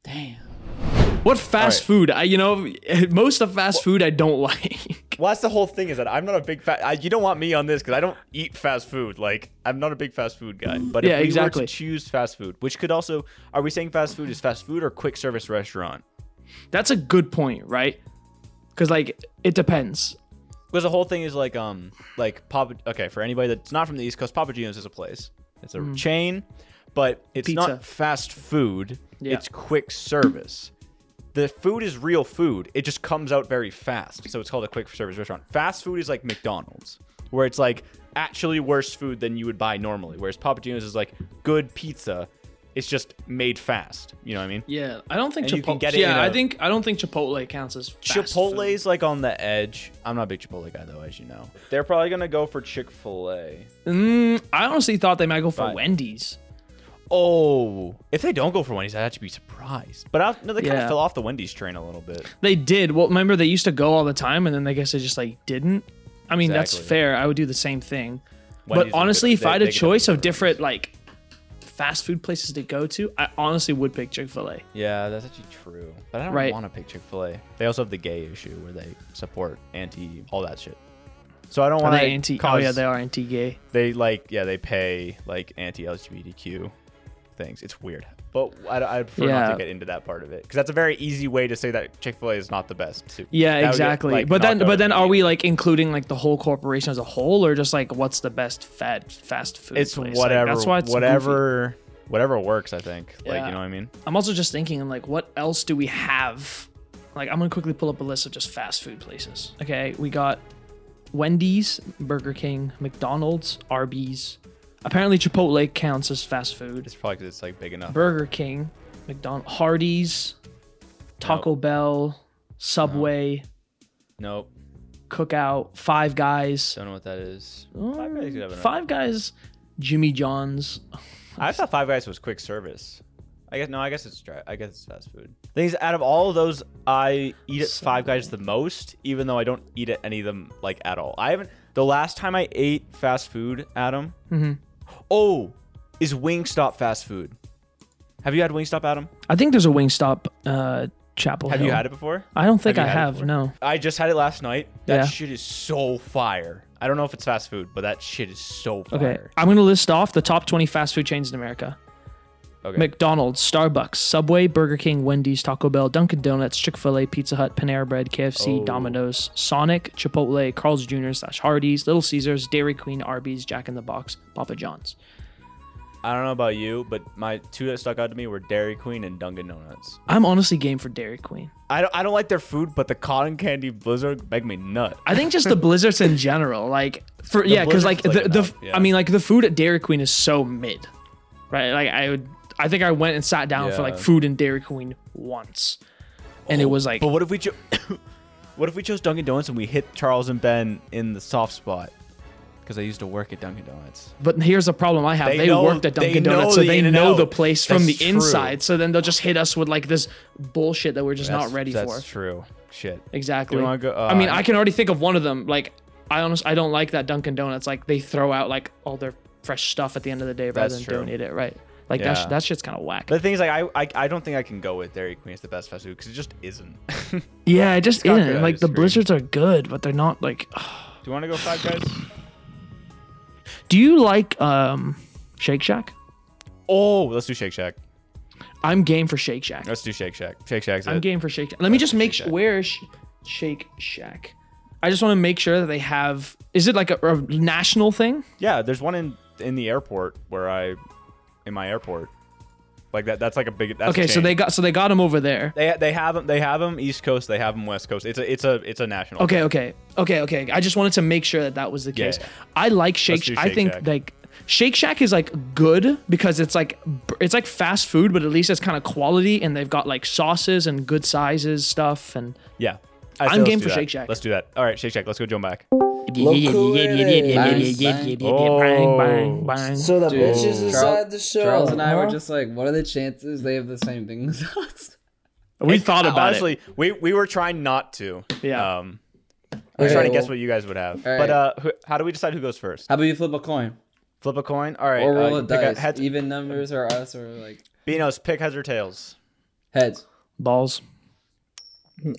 [SPEAKER 2] Damn.
[SPEAKER 4] What fast
[SPEAKER 1] Alright.
[SPEAKER 4] food? I you know most of fast food I don't like.
[SPEAKER 1] Well, that's the whole thing is that I'm not a big fat. I, you don't want me on this because I don't eat fast food. Like I'm not a big fast food guy. But
[SPEAKER 4] Yeah,
[SPEAKER 1] if we
[SPEAKER 4] exactly.
[SPEAKER 1] were to choose fast food, which could also, are we saying fast food is fast food or quick service restaurant?
[SPEAKER 4] That's a good point, right? Because like it depends.
[SPEAKER 1] Because the whole thing is like, um, like Papa. Okay, for anybody that's not from the East Coast, Papa Gino's is a place. It's a chain, but it's
[SPEAKER 4] Mm. Pizza.
[SPEAKER 1] not fast food.
[SPEAKER 4] Yeah.
[SPEAKER 1] It's quick service. The food is real food. It just comes out very fast. So it's called a quick service restaurant. Fast food is like McDonald's, where it's like actually worse food than you would buy normally. Whereas Papa Gino's is like good pizza. It's just made fast. You know what I mean?
[SPEAKER 4] Yeah, I don't think
[SPEAKER 1] And you can
[SPEAKER 4] Chipotle.
[SPEAKER 1] get it in
[SPEAKER 4] Yeah, I
[SPEAKER 1] a-
[SPEAKER 4] think I don't think Chipotle counts as fast
[SPEAKER 1] Chipotle's like on the edge. I'm not a big Chipotle guy though, as you know. They're probably gonna go for Chick Fil A.
[SPEAKER 4] food. Mm, I honestly thought they might go for
[SPEAKER 1] Fine.
[SPEAKER 4] Wendy's.
[SPEAKER 1] Oh, if they don't go for Wendy's, I'd actually be surprised. But I, no, they kind
[SPEAKER 4] Yeah.
[SPEAKER 1] of fell off the Wendy's train a little bit.
[SPEAKER 4] They did. Well, remember they used to go all the time, and then I guess they just like didn't. I mean, that's
[SPEAKER 1] Exactly.
[SPEAKER 4] fair. I would do the same thing.
[SPEAKER 1] Wendy's is
[SPEAKER 4] but honestly,
[SPEAKER 1] good.
[SPEAKER 4] if
[SPEAKER 1] They-
[SPEAKER 4] I had a
[SPEAKER 1] they could
[SPEAKER 4] choice
[SPEAKER 1] have-
[SPEAKER 4] of different like fast food places to go to, I honestly would pick Chick Fil A.
[SPEAKER 1] yeah, that's actually true. But I don't
[SPEAKER 4] Right.
[SPEAKER 1] want to pick Chick Fil A. They also have the gay issue where they support anti all that shit. So I don't
[SPEAKER 4] Are
[SPEAKER 1] want to
[SPEAKER 4] they anti? Oh
[SPEAKER 1] cause-
[SPEAKER 4] yeah, they are anti-gay.
[SPEAKER 1] They like yeah, they pay like anti LGBTQ things. It's weird, but I I prefer not
[SPEAKER 4] Yeah.
[SPEAKER 1] to get into that part of it because that's a very easy way to say that Chick Fil A is not the best. too. That would
[SPEAKER 4] Yeah,
[SPEAKER 1] get,
[SPEAKER 4] exactly.
[SPEAKER 1] like,
[SPEAKER 4] but then,
[SPEAKER 1] knocked out
[SPEAKER 4] but then, are we
[SPEAKER 1] immediately.
[SPEAKER 4] like including like the whole corporation as a whole, or just like what's the best fat fast food?
[SPEAKER 1] It's
[SPEAKER 4] place? Like,
[SPEAKER 1] whatever.
[SPEAKER 4] that's why it's goofy.
[SPEAKER 1] whatever. Whatever works, I think. Like
[SPEAKER 4] Yeah.
[SPEAKER 1] you know what I mean.
[SPEAKER 4] I'm also just thinking, I'm like, what else do we have? Like, I'm gonna quickly pull up a list of just fast food places. Okay, we got Wendy's, Burger King, McDonald's, Arby's. Apparently, Chipotle counts as fast food.
[SPEAKER 1] It's probably because it's like big enough.
[SPEAKER 4] Burger King, McDonald, Hardee's, Taco Bell, Subway,
[SPEAKER 1] Nope.
[SPEAKER 4] Cookout, Five Guys.
[SPEAKER 1] Don't know what that is. Five Guys could have
[SPEAKER 4] Mm,
[SPEAKER 1] an-
[SPEAKER 4] Five Guys, Jimmy John's.
[SPEAKER 1] I thought Five Guys was quick service. I guess no. I guess it's dry. I guess it's fast food. Things out of all of those, I eat at Five Guys the most, even though I don't eat at any of them like at all. I haven't. The last time I ate fast food, Adam.
[SPEAKER 4] Mhm.
[SPEAKER 1] Oh, is Wingstop fast food? Have you had Wingstop, Adam?
[SPEAKER 4] I think there's a Wingstop uh, Chapel
[SPEAKER 1] Have
[SPEAKER 4] Hill.
[SPEAKER 1] you had it before?
[SPEAKER 4] I don't think
[SPEAKER 1] Have you
[SPEAKER 4] I
[SPEAKER 1] had it
[SPEAKER 4] have.
[SPEAKER 1] before?
[SPEAKER 4] No.
[SPEAKER 1] I just had it last night. That
[SPEAKER 4] Yeah.
[SPEAKER 1] shit is so fire. I don't know if it's fast food, but that shit is so
[SPEAKER 4] Okay.
[SPEAKER 1] fire.
[SPEAKER 4] I'm going to list off the top 20 fast food chains in America.
[SPEAKER 1] Okay.
[SPEAKER 4] McDonald's, Starbucks, Subway, Burger King, Wendy's, Taco Bell, Dunkin' Donuts, Chick fil A, Pizza Hut, Panera Bread, KFC,
[SPEAKER 1] Oh.
[SPEAKER 4] Domino's, Sonic, Chipotle, Carl's Jr., slash Hardee's, Little Caesars, Dairy Queen, Arby's, Jack in the Box, Papa John's.
[SPEAKER 1] I don't know about you, but my two that stuck out to me were Dairy Queen and Dunkin' Donuts.
[SPEAKER 4] I'm honestly game for Dairy Queen.
[SPEAKER 1] I don't, I don't like their food, but the cotton candy blizzard make me nut.
[SPEAKER 4] I think just the blizzards in general, like for yeah,
[SPEAKER 1] blizzards
[SPEAKER 4] 'cause yeah, because like
[SPEAKER 1] is, like,
[SPEAKER 4] the, the
[SPEAKER 1] enough, yeah.
[SPEAKER 4] I mean like the food at Dairy Queen is so mid, right? Like I would I think I went and sat down for like
[SPEAKER 1] Yeah. Oh,
[SPEAKER 4] food in Dairy Queen once, and it was like
[SPEAKER 1] But what if we cho- what if we chose Dunkin' Donuts and we hit Charles and Ben in the soft spot? Because I used to work at Dunkin' Donuts.
[SPEAKER 4] But here's the problem I have.
[SPEAKER 1] They
[SPEAKER 4] They,
[SPEAKER 1] know-
[SPEAKER 4] worked at
[SPEAKER 1] they
[SPEAKER 4] Dunkin'
[SPEAKER 1] know
[SPEAKER 4] Donuts, so
[SPEAKER 1] the
[SPEAKER 4] they
[SPEAKER 1] in and
[SPEAKER 4] know
[SPEAKER 1] out.
[SPEAKER 4] the place from the
[SPEAKER 1] That's true.
[SPEAKER 4] inside. So then they'll just hit us with like this bullshit that we're just
[SPEAKER 1] That's-
[SPEAKER 4] not ready
[SPEAKER 1] that's
[SPEAKER 4] for.
[SPEAKER 1] true. Shit.
[SPEAKER 4] Exactly.
[SPEAKER 1] Do you wanna go-
[SPEAKER 4] I mean,
[SPEAKER 1] uh,
[SPEAKER 4] I can already think of one of them. Like, I honest, I don't like that Dunkin' Donuts. Like, they throw out like all their fresh stuff at the end of the day rather
[SPEAKER 1] That's
[SPEAKER 4] than
[SPEAKER 1] true.
[SPEAKER 4] donate it. Right. Like that,
[SPEAKER 1] Yeah.
[SPEAKER 4] sh- that shit's kind of whack.
[SPEAKER 1] The thing is, like, I, I, I don't think I can go with Dairy Queen as the best fast food because it just isn't. Do
[SPEAKER 4] yeah, it just
[SPEAKER 1] It's not
[SPEAKER 4] isn't.
[SPEAKER 1] good, I
[SPEAKER 4] like the
[SPEAKER 1] disagree.
[SPEAKER 4] blizzards are good, but they're not like.
[SPEAKER 1] you want to go Five Guys?
[SPEAKER 4] Do you like um Shake Shack?
[SPEAKER 1] Oh, let's do Shake Shack.
[SPEAKER 4] I'm game for Shake Shack.
[SPEAKER 1] Let's do Shake Shack. Shake Shack's
[SPEAKER 4] I'm
[SPEAKER 1] it.
[SPEAKER 4] game for Shake Shack. Let me just make
[SPEAKER 1] Shake
[SPEAKER 4] sure.
[SPEAKER 1] Shack.
[SPEAKER 4] Where is Sh- Shake Shack? I just want to make sure that they have. Is it like a, a national thing?
[SPEAKER 1] yeah, there's one in in the airport where I, in my airport, like that. That's like a big. That's a
[SPEAKER 4] okay, so
[SPEAKER 1] chain.
[SPEAKER 4] they got so they got them over there.
[SPEAKER 1] They, they have them. They have 'em East Coast. They have them West Coast. It's a it's a it's a national.
[SPEAKER 4] Okay, okay, okay, okay. I just wanted to make sure that that was the
[SPEAKER 1] Yeah,
[SPEAKER 4] case.
[SPEAKER 1] yeah.
[SPEAKER 4] I like Shake.
[SPEAKER 1] Let's do
[SPEAKER 4] Shack. I
[SPEAKER 1] Shake
[SPEAKER 4] think
[SPEAKER 1] Shack.
[SPEAKER 4] like Shake Shack is like good because it's like br- it's like fast food, but at least it's kind of quality, and they've got like sauces and good sizes stuff. And
[SPEAKER 1] Yeah.
[SPEAKER 4] I'm
[SPEAKER 1] I say let's
[SPEAKER 4] game
[SPEAKER 1] do
[SPEAKER 4] for
[SPEAKER 1] that.
[SPEAKER 4] Shake Shack.
[SPEAKER 1] Let's do that. All right, Shake Shack. Let's go jump back.
[SPEAKER 2] Bang, bang.
[SPEAKER 4] bang, bang,
[SPEAKER 1] Oh.
[SPEAKER 4] bang.
[SPEAKER 3] So the
[SPEAKER 2] Dude,
[SPEAKER 3] bitches
[SPEAKER 2] Charles-
[SPEAKER 3] inside the show.
[SPEAKER 2] Charles and I were
[SPEAKER 3] huh?
[SPEAKER 2] just like, what are the chances they have the same thing as us?
[SPEAKER 4] we thought about
[SPEAKER 1] Honestly, we we were trying not to.
[SPEAKER 4] Yeah.
[SPEAKER 1] Um, we were
[SPEAKER 2] Okay,
[SPEAKER 1] trying to guess
[SPEAKER 2] well-
[SPEAKER 1] what you guys would have.
[SPEAKER 2] All
[SPEAKER 1] But
[SPEAKER 2] right.
[SPEAKER 1] uh, who, how do we decide who goes first?
[SPEAKER 2] How about you flip a coin
[SPEAKER 1] Flip a coin. All right.
[SPEAKER 2] or
[SPEAKER 1] uh,
[SPEAKER 2] roll
[SPEAKER 1] you
[SPEAKER 2] a
[SPEAKER 1] pick
[SPEAKER 2] dice?
[SPEAKER 1] heads,
[SPEAKER 2] Even numbers or us or like
[SPEAKER 1] Beanos, pick heads or tails.
[SPEAKER 2] heads.
[SPEAKER 4] it. Balls.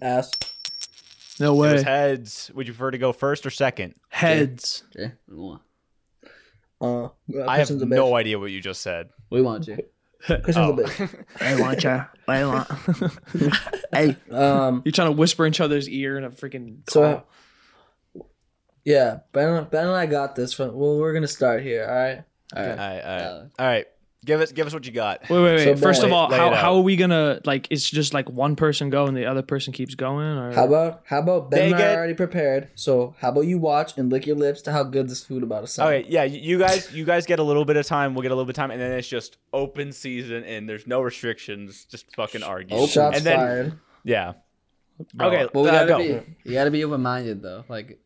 [SPEAKER 3] ass.
[SPEAKER 4] No
[SPEAKER 1] It was
[SPEAKER 4] way.
[SPEAKER 1] heads. Would you prefer to go first or second?
[SPEAKER 4] Heads.
[SPEAKER 2] Okay, we
[SPEAKER 3] Uh,
[SPEAKER 1] I have
[SPEAKER 3] Christian's a bitch.
[SPEAKER 1] no idea what you just said.
[SPEAKER 2] want you.
[SPEAKER 3] Christian's a
[SPEAKER 1] Oh.
[SPEAKER 3] bitch.
[SPEAKER 4] I want ya. I want.
[SPEAKER 3] Um,
[SPEAKER 4] You're trying to whisper in each other's ear in a freaking.
[SPEAKER 3] So- yeah, Ben, ben and I got this from. Well, we're gonna start here. All right.
[SPEAKER 2] All
[SPEAKER 1] All right,
[SPEAKER 2] right.
[SPEAKER 1] all right.
[SPEAKER 2] Uh,
[SPEAKER 1] all right. Give us give us what you got.
[SPEAKER 4] Wait, wait, wait.
[SPEAKER 3] So,
[SPEAKER 4] First of
[SPEAKER 1] Lay-
[SPEAKER 4] all,
[SPEAKER 1] lay
[SPEAKER 4] how,
[SPEAKER 1] it out.
[SPEAKER 4] how are we gonna like? It's just like one person go and the other person keeps going, or
[SPEAKER 3] How about how about Ben
[SPEAKER 1] They
[SPEAKER 3] and I
[SPEAKER 1] get-
[SPEAKER 3] are already prepared? So how about you watch and lick your lips to how good this food about to sound?
[SPEAKER 1] All right, yeah, you you guys, you guys get a little bit of time. We'll get a little bit of time, and then it's just open season, and there's no restrictions. Just fucking argue.
[SPEAKER 2] Open.
[SPEAKER 3] Shots
[SPEAKER 1] and then,
[SPEAKER 3] fired.
[SPEAKER 1] Yeah.
[SPEAKER 4] Bro.
[SPEAKER 1] Okay.
[SPEAKER 2] Well, we
[SPEAKER 1] uh,
[SPEAKER 2] gotta
[SPEAKER 1] go.
[SPEAKER 2] be. You gotta be open minded though. Like,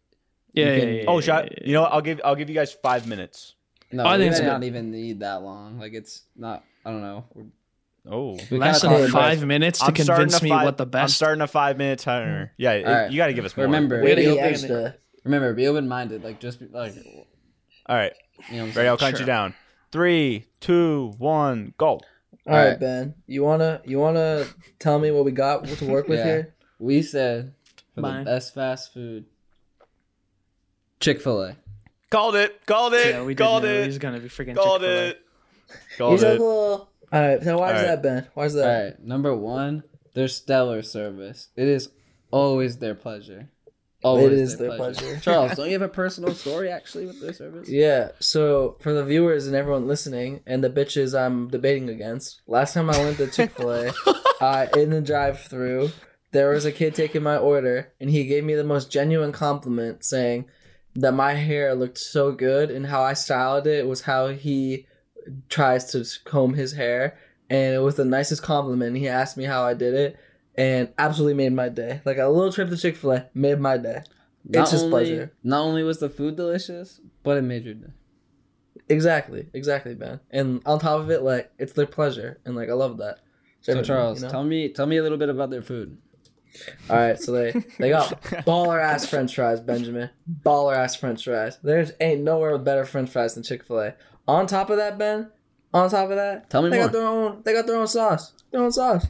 [SPEAKER 4] Yeah,
[SPEAKER 2] You
[SPEAKER 4] yeah,
[SPEAKER 2] can-
[SPEAKER 4] yeah,
[SPEAKER 1] Oh,
[SPEAKER 4] yeah,
[SPEAKER 1] shot.
[SPEAKER 4] yeah, yeah.
[SPEAKER 1] You know, what? I'll give I'll give you guys five minutes.
[SPEAKER 2] no,
[SPEAKER 4] I
[SPEAKER 2] I
[SPEAKER 4] think
[SPEAKER 2] think
[SPEAKER 4] it's
[SPEAKER 2] we
[SPEAKER 4] good.
[SPEAKER 2] don't even need that long. Like, it's not. I don't know. We're,
[SPEAKER 1] Oh.
[SPEAKER 2] we
[SPEAKER 4] less
[SPEAKER 2] kinda
[SPEAKER 4] than
[SPEAKER 2] talked
[SPEAKER 4] five
[SPEAKER 2] about-
[SPEAKER 4] minutes to
[SPEAKER 1] I'm starting
[SPEAKER 4] convince
[SPEAKER 1] a
[SPEAKER 4] me
[SPEAKER 1] five-
[SPEAKER 4] what the
[SPEAKER 1] I'm
[SPEAKER 4] best. Mm.
[SPEAKER 1] starting a five minute timer. Yeah, it-
[SPEAKER 2] Alright.
[SPEAKER 1] you got to give us more.
[SPEAKER 2] Remember,
[SPEAKER 3] Way to
[SPEAKER 4] Video
[SPEAKER 3] be
[SPEAKER 4] thing.
[SPEAKER 3] extra.
[SPEAKER 2] remember, be open minded. Like, just be, like, you
[SPEAKER 1] All right,
[SPEAKER 2] know. What
[SPEAKER 1] ready? I'll
[SPEAKER 2] I'm
[SPEAKER 1] count
[SPEAKER 4] Sure.
[SPEAKER 1] you down. Three, two, one, go.
[SPEAKER 3] All right,
[SPEAKER 2] Alright.
[SPEAKER 3] Ben. You wanna you wanna tell me what we got to work with
[SPEAKER 2] Yeah.
[SPEAKER 3] here?
[SPEAKER 2] we said for
[SPEAKER 4] Bye.
[SPEAKER 2] the best fast food, Chick Fil A.
[SPEAKER 1] Called it. Called it.
[SPEAKER 4] yeah, we
[SPEAKER 1] called
[SPEAKER 4] did know
[SPEAKER 1] it.
[SPEAKER 4] he's gonna be freaking.
[SPEAKER 1] Called
[SPEAKER 4] Chick-fil-A.
[SPEAKER 1] it. Called
[SPEAKER 3] He's a
[SPEAKER 1] it.
[SPEAKER 3] little. All right. So uh, why's
[SPEAKER 1] All right.
[SPEAKER 3] that, Ben? Why's
[SPEAKER 2] All
[SPEAKER 3] that?
[SPEAKER 2] right, number one, their stellar service. It is always their pleasure. Always
[SPEAKER 3] is their pleasure.
[SPEAKER 2] Charles, don't you have a personal story actually with their service?
[SPEAKER 3] Yeah, so for the viewers and everyone listening, and the bitches I'm debating against, last time I went to Chick fil A, uh, in the drive through, there was a kid taking my order, and he gave me the most genuine compliment saying that my hair looked so good, and how I styled it was how he tries to comb his hair. And it was the nicest compliment. He asked me how I did it, and absolutely made my day. Like a little trip to Chick fil A made my day. It's his
[SPEAKER 2] only,
[SPEAKER 3] pleasure.
[SPEAKER 2] Not only was the food delicious, but it made your day.
[SPEAKER 3] Exactly, exactly, Ben. And on top of it, like it's their pleasure, and like I love that.
[SPEAKER 2] So Charles, tell me, tell me a little bit about their food.
[SPEAKER 3] All right, so they they got baller ass French fries, Benjamin. Baller ass French fries. There's ain't nowhere with better French fries than Chick Fil A. On top of that, Ben. On top of that,
[SPEAKER 2] Tell me
[SPEAKER 3] they
[SPEAKER 2] more.
[SPEAKER 3] got their own. They got their own sauce. Their own sauce.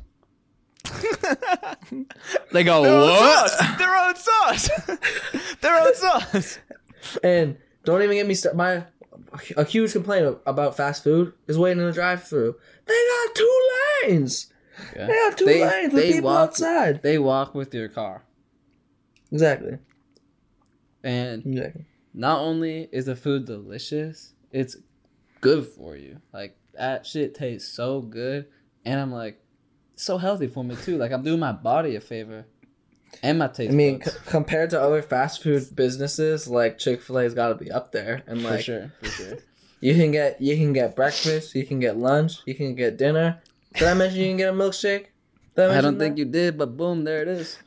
[SPEAKER 4] They go
[SPEAKER 1] Their own
[SPEAKER 4] what?
[SPEAKER 1] sauce. Their own sauce. Their own sauce.
[SPEAKER 3] And don't even get me started. My a huge complaint about fast food is waiting in the drive-through. They got two lanes.
[SPEAKER 2] Yeah.
[SPEAKER 3] They got two lanes with people
[SPEAKER 2] walk,
[SPEAKER 3] outside.
[SPEAKER 2] They walk with your car,
[SPEAKER 3] Exactly.
[SPEAKER 2] and
[SPEAKER 3] Exactly.
[SPEAKER 2] not only is the food delicious, it's good for you. Like that shit tastes so good, and I'm like, so healthy for me too. Like I'm doing my body a favor, and my taste.
[SPEAKER 3] I mean, c-
[SPEAKER 2] buds.
[SPEAKER 3] compared to other fast food businesses, like Chick Fil A's got to be up there. And
[SPEAKER 2] for
[SPEAKER 3] like,
[SPEAKER 2] sure, for sure.
[SPEAKER 3] you can get you can get breakfast, you can get lunch, you can get dinner. Did I mention you can get a milkshake? Did
[SPEAKER 2] I
[SPEAKER 3] mention
[SPEAKER 2] don't think
[SPEAKER 3] that?
[SPEAKER 2] you did, but boom, there it is.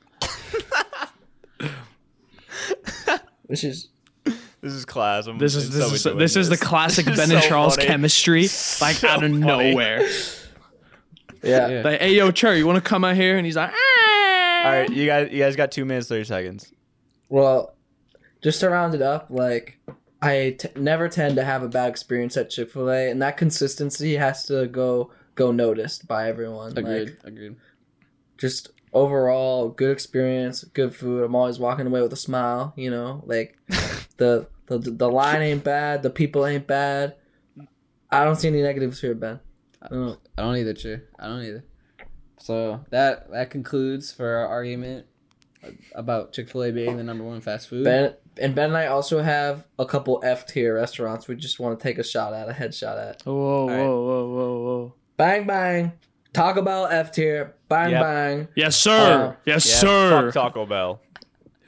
[SPEAKER 3] Which is
[SPEAKER 1] This is class. I'm-
[SPEAKER 4] This is
[SPEAKER 1] it's
[SPEAKER 4] this
[SPEAKER 1] so
[SPEAKER 4] is
[SPEAKER 1] doing
[SPEAKER 4] this, is the classic
[SPEAKER 1] This is
[SPEAKER 4] Ben and
[SPEAKER 1] so
[SPEAKER 4] Charles
[SPEAKER 1] funny.
[SPEAKER 4] chemistry, like
[SPEAKER 1] So
[SPEAKER 4] out of
[SPEAKER 1] funny.
[SPEAKER 4] nowhere.
[SPEAKER 3] yeah.
[SPEAKER 2] Yeah.
[SPEAKER 4] Like, hey yo, Cherry, you want to come out here? And he's like, "Ah!"
[SPEAKER 1] All right, you guys. You guys got two minutes thirty seconds.
[SPEAKER 3] Well, just to round it up, like I t- never tend to have a bad experience at Chick Fil A, and that consistency has to go go noticed by everyone.
[SPEAKER 2] Agreed.
[SPEAKER 3] Like
[SPEAKER 2] agreed.
[SPEAKER 3] just overall good experience, good food. I'm always walking away with a smile. You know, like the the the line ain't bad, the people ain't bad. I don't see any negatives here, Ben. I don't know.
[SPEAKER 2] I don't either, True. I don't either. So that that concludes for our argument about Chick Fil A being the number one fast food.
[SPEAKER 3] Ben and Ben and I also have a couple F tier restaurants we just want to take a shot at, a headshot at.
[SPEAKER 4] Whoa, whoa,
[SPEAKER 1] right.
[SPEAKER 4] whoa, whoa, whoa.
[SPEAKER 3] Bang bang. Taco Bell F tier. Bang
[SPEAKER 1] Yep.
[SPEAKER 3] bang.
[SPEAKER 4] Yes, sir.
[SPEAKER 3] Uh,
[SPEAKER 4] yes,
[SPEAKER 1] Yeah,
[SPEAKER 4] sir.
[SPEAKER 1] Fuck Taco Bell.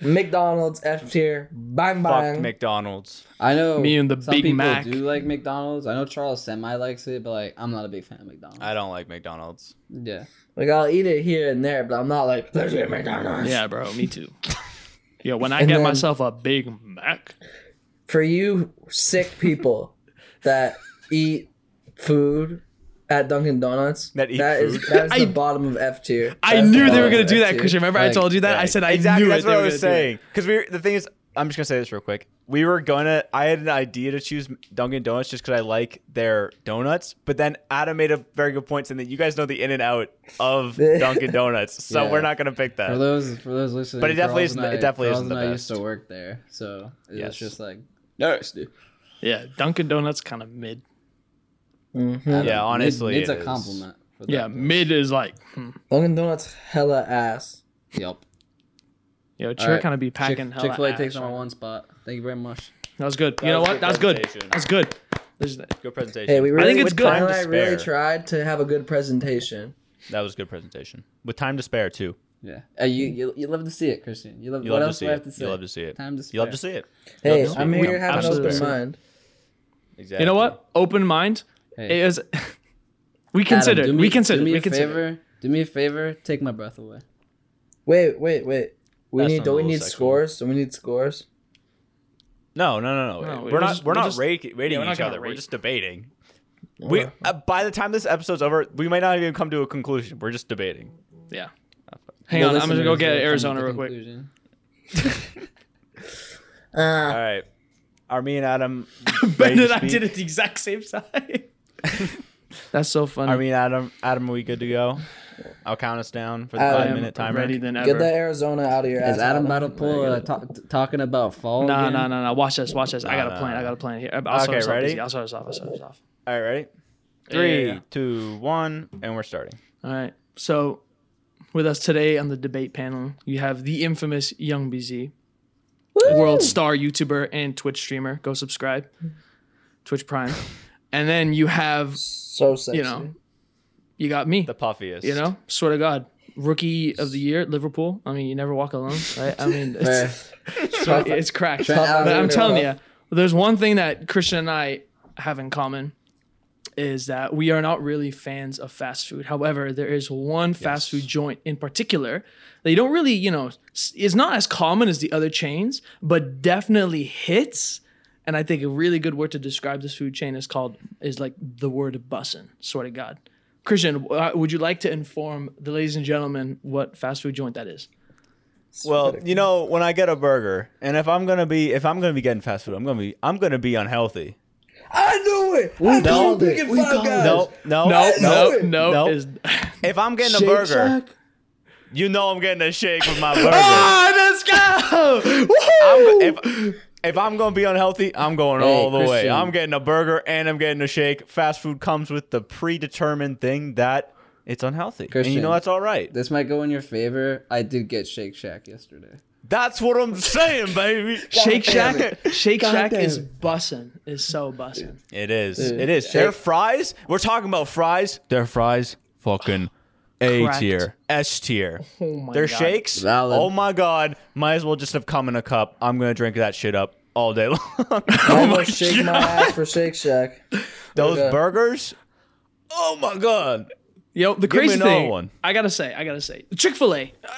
[SPEAKER 3] McDonald's F tier. Bang
[SPEAKER 1] Fuck
[SPEAKER 3] bang.
[SPEAKER 1] McDonald's.
[SPEAKER 2] I know
[SPEAKER 4] Me and the
[SPEAKER 2] some
[SPEAKER 4] Big
[SPEAKER 2] people
[SPEAKER 4] Mac.
[SPEAKER 2] do like McDonald's. I know Charles Semi likes it, but like I'm not a big fan of McDonald's.
[SPEAKER 1] I don't like McDonald's.
[SPEAKER 2] yeah,
[SPEAKER 3] like I'll eat it here and there, but I'm not like let's get McDonald's.
[SPEAKER 4] Yeah, bro. Me too. Yeah, when I
[SPEAKER 3] And
[SPEAKER 4] get
[SPEAKER 3] then-
[SPEAKER 4] myself a Big Mac,
[SPEAKER 3] For you sick people that eat food at Dunkin' Donuts,
[SPEAKER 1] That eat
[SPEAKER 3] that is
[SPEAKER 1] food.
[SPEAKER 3] that is the
[SPEAKER 4] I-
[SPEAKER 3] bottom of F tier.
[SPEAKER 4] I
[SPEAKER 3] That's the
[SPEAKER 4] knew they were
[SPEAKER 3] bottom
[SPEAKER 4] gonna
[SPEAKER 3] of
[SPEAKER 4] do
[SPEAKER 3] F
[SPEAKER 4] that.
[SPEAKER 3] tier.
[SPEAKER 4] Cause remember I
[SPEAKER 2] Like,
[SPEAKER 4] told you that? I
[SPEAKER 1] Right.
[SPEAKER 4] said I
[SPEAKER 1] exactly.
[SPEAKER 4] knew
[SPEAKER 1] that's
[SPEAKER 4] it,
[SPEAKER 1] what
[SPEAKER 4] they
[SPEAKER 1] I
[SPEAKER 4] were
[SPEAKER 1] was
[SPEAKER 4] gonna do it.
[SPEAKER 1] saying. Because we were, the thing is, I'm just gonna say this real quick. We were gonna. I had an idea to choose Dunkin' Donuts just because I like their donuts. But then Adam made a very good point saying that you guys know the in and out of Dunkin' Donuts, so
[SPEAKER 2] Yeah.
[SPEAKER 1] we're not gonna pick
[SPEAKER 2] for
[SPEAKER 1] that.
[SPEAKER 2] those for those listening,
[SPEAKER 1] But it definitely
[SPEAKER 2] Charles
[SPEAKER 1] isn't-
[SPEAKER 2] and
[SPEAKER 1] it definitely
[SPEAKER 2] Charles
[SPEAKER 1] isn't the
[SPEAKER 2] and I
[SPEAKER 1] best.
[SPEAKER 2] used to work there, so it
[SPEAKER 1] Yes.
[SPEAKER 2] was just like no, it's dude.
[SPEAKER 4] Yeah, Dunkin' Donuts kind of mid.
[SPEAKER 3] Mhm.
[SPEAKER 1] Yeah, honestly,
[SPEAKER 2] it's
[SPEAKER 1] it
[SPEAKER 2] a
[SPEAKER 1] is.
[SPEAKER 2] compliment. For that.
[SPEAKER 4] Yeah, mid is like, hmm.
[SPEAKER 3] Dunkin' Donuts hella ass.
[SPEAKER 2] Yep.
[SPEAKER 4] yo,
[SPEAKER 2] All
[SPEAKER 4] sure
[SPEAKER 2] right.
[SPEAKER 4] kind of be
[SPEAKER 2] Chick
[SPEAKER 4] packing hella
[SPEAKER 2] Chick Fil A
[SPEAKER 4] ass
[SPEAKER 2] takes number
[SPEAKER 4] right
[SPEAKER 2] one spot. Thank you very much.
[SPEAKER 4] That was good. you know
[SPEAKER 1] was a good
[SPEAKER 4] what? That's good.
[SPEAKER 1] presentation.
[SPEAKER 4] That's good. There's
[SPEAKER 1] Good presentation.
[SPEAKER 3] Hey, we really,
[SPEAKER 4] think it's
[SPEAKER 3] with
[SPEAKER 4] good.
[SPEAKER 3] Ben and
[SPEAKER 1] Time
[SPEAKER 3] I
[SPEAKER 1] to
[SPEAKER 3] really
[SPEAKER 1] spare.
[SPEAKER 3] tried to have a good presentation.
[SPEAKER 1] that was a good presentation with time to spare too.
[SPEAKER 2] Yeah, Uh, you, you you love to see it, Christian. You love.
[SPEAKER 1] You
[SPEAKER 2] what
[SPEAKER 1] love to
[SPEAKER 2] else
[SPEAKER 1] see
[SPEAKER 2] do I have
[SPEAKER 1] it.
[SPEAKER 2] to say?
[SPEAKER 1] You love to see it.
[SPEAKER 2] Time to
[SPEAKER 1] You love
[SPEAKER 2] spare.
[SPEAKER 1] to see it.
[SPEAKER 3] Hey,
[SPEAKER 1] Yep.
[SPEAKER 3] I'm
[SPEAKER 4] No,
[SPEAKER 3] here having an
[SPEAKER 4] absolutely.
[SPEAKER 3] open mind.
[SPEAKER 1] Exactly.
[SPEAKER 4] You know what? Open mind
[SPEAKER 2] Hey.
[SPEAKER 4] is. We
[SPEAKER 2] Adam,
[SPEAKER 4] considered.
[SPEAKER 2] do me-
[SPEAKER 4] we considered.
[SPEAKER 2] Do me
[SPEAKER 4] We
[SPEAKER 2] a
[SPEAKER 4] considered.
[SPEAKER 2] favor. Do me a favor. Take my breath away.
[SPEAKER 3] Wait, wait, wait. We
[SPEAKER 1] That's
[SPEAKER 3] need.
[SPEAKER 1] not
[SPEAKER 3] Don't we
[SPEAKER 1] a
[SPEAKER 3] need
[SPEAKER 1] section.
[SPEAKER 3] scores? Don't we need scores?
[SPEAKER 1] No, no, no, no.
[SPEAKER 4] No,
[SPEAKER 1] we're,
[SPEAKER 4] we're
[SPEAKER 1] not.
[SPEAKER 4] just-
[SPEAKER 1] we're
[SPEAKER 4] we're
[SPEAKER 1] not
[SPEAKER 4] just-
[SPEAKER 1] rake, rating
[SPEAKER 4] we're not
[SPEAKER 1] each
[SPEAKER 4] gonna
[SPEAKER 1] other. We're
[SPEAKER 4] rate.
[SPEAKER 1] just debating. We uh, by the time this episode's over, we might not even come to a conclusion. We're just debating.
[SPEAKER 4] Yeah.
[SPEAKER 2] Uh,
[SPEAKER 4] Hang
[SPEAKER 2] The
[SPEAKER 4] on. I'm gonna
[SPEAKER 2] listeners
[SPEAKER 4] go
[SPEAKER 2] will
[SPEAKER 4] get
[SPEAKER 2] come to
[SPEAKER 4] Arizona
[SPEAKER 2] the
[SPEAKER 4] real quick.
[SPEAKER 2] conclusion.
[SPEAKER 3] Ah,
[SPEAKER 1] All right. Are me and Adam? ready
[SPEAKER 4] Ben
[SPEAKER 1] to
[SPEAKER 4] and I
[SPEAKER 1] speak?
[SPEAKER 4] did it the exact same time. That's so funny.
[SPEAKER 1] Are me and Adam? Adam, are we good to go? I'll count us down for the
[SPEAKER 3] Adam,
[SPEAKER 1] five minute timer.
[SPEAKER 4] Ready than
[SPEAKER 3] get that
[SPEAKER 4] ever.
[SPEAKER 3] Arizona out of your ass.
[SPEAKER 2] Is Adam about to
[SPEAKER 3] Adam.
[SPEAKER 2] pull uh, ta- t- talking about fall?
[SPEAKER 4] Nah,
[SPEAKER 2] again?
[SPEAKER 4] nah, nah, nah. Watch this. Watch this. I
[SPEAKER 1] Nah,
[SPEAKER 4] got a plan.
[SPEAKER 1] nah, nah.
[SPEAKER 4] I got a plan here. I'll start
[SPEAKER 1] Okay,
[SPEAKER 4] us off
[SPEAKER 1] ready?
[SPEAKER 4] easy. I'll start us off. I'll start us off.
[SPEAKER 1] All right, ready?
[SPEAKER 4] Yeah, yeah,
[SPEAKER 1] Three,
[SPEAKER 4] yeah.
[SPEAKER 1] two, one, and we're starting.
[SPEAKER 4] All right. So, with us today on the debate panel, you have the infamous Young BZ, world star YouTuber and Twitch streamer. Go subscribe, Twitch Prime. And then you have,
[SPEAKER 3] So sexy.
[SPEAKER 4] you know, you got me.
[SPEAKER 1] The puffiest.
[SPEAKER 4] You know, swear to God, rookie of the year, Liverpool. I mean, you never walk alone, right? I mean, it's, it's cracked.
[SPEAKER 3] Alexander
[SPEAKER 4] But I'm telling you,
[SPEAKER 3] Arnold.
[SPEAKER 4] there's one thing that Christian and I have in common is that we are not really fans of fast food. However, there is one fast food joint in particular that you don't really, you know, s- is not as common as the other chains, but definitely hits. And I think a really good word to describe this food chain is called is like the word bussin. Swear to God, Christian, uh, would you like to inform the ladies and gentlemen what fast food joint that is?
[SPEAKER 1] Well, you know, when I get a burger, and if I'm gonna be, if I'm gonna be getting fast food, I'm gonna be, I'm gonna be unhealthy.
[SPEAKER 3] I knew it. I knew
[SPEAKER 1] don't-
[SPEAKER 3] it. Picking
[SPEAKER 2] we
[SPEAKER 3] five
[SPEAKER 2] don't.
[SPEAKER 3] guys.
[SPEAKER 1] No, no,
[SPEAKER 4] No,
[SPEAKER 3] no,
[SPEAKER 4] no, no.
[SPEAKER 1] no.
[SPEAKER 4] Is,
[SPEAKER 1] If I'm getting a
[SPEAKER 2] Shake
[SPEAKER 1] burger,
[SPEAKER 2] Shack?
[SPEAKER 1] you know I'm getting a shake with my burger.
[SPEAKER 4] Ah, let's go!
[SPEAKER 1] I'm, if, if I'm gonna be unhealthy, I'm going
[SPEAKER 2] Hey,
[SPEAKER 1] all the way.
[SPEAKER 2] Christian.
[SPEAKER 1] I'm getting a burger and I'm getting a shake. Fast food comes with the predetermined thing that it's unhealthy, and you
[SPEAKER 2] Christian.
[SPEAKER 1] know that's all right.
[SPEAKER 2] This might go in your favor. I did get Shake Shack yesterday.
[SPEAKER 1] That's what I'm saying, baby.
[SPEAKER 4] Shake
[SPEAKER 1] damn
[SPEAKER 4] Shack, Shake Shack is bussin', is so bussin'.
[SPEAKER 1] It is.
[SPEAKER 4] Uh,
[SPEAKER 1] It is. Their fries. We're talking about fries. Their fries. Fucking. A
[SPEAKER 4] Cracked.
[SPEAKER 1] tier, S tier.
[SPEAKER 4] Oh my
[SPEAKER 1] Their
[SPEAKER 4] God.
[SPEAKER 1] shakes.
[SPEAKER 2] Valid.
[SPEAKER 1] Oh my god. Might as well just have come in a cup. I'm gonna drink that shit up all day long.
[SPEAKER 3] I
[SPEAKER 4] Oh
[SPEAKER 3] almost shake my ass for Shake Shack.
[SPEAKER 1] Those
[SPEAKER 3] Okay.
[SPEAKER 1] burgers. Oh my god.
[SPEAKER 4] Yo,
[SPEAKER 1] me
[SPEAKER 4] the crazy
[SPEAKER 1] another
[SPEAKER 4] thing,
[SPEAKER 1] one.
[SPEAKER 4] I gotta say, I gotta say, Chick Fil A, uh,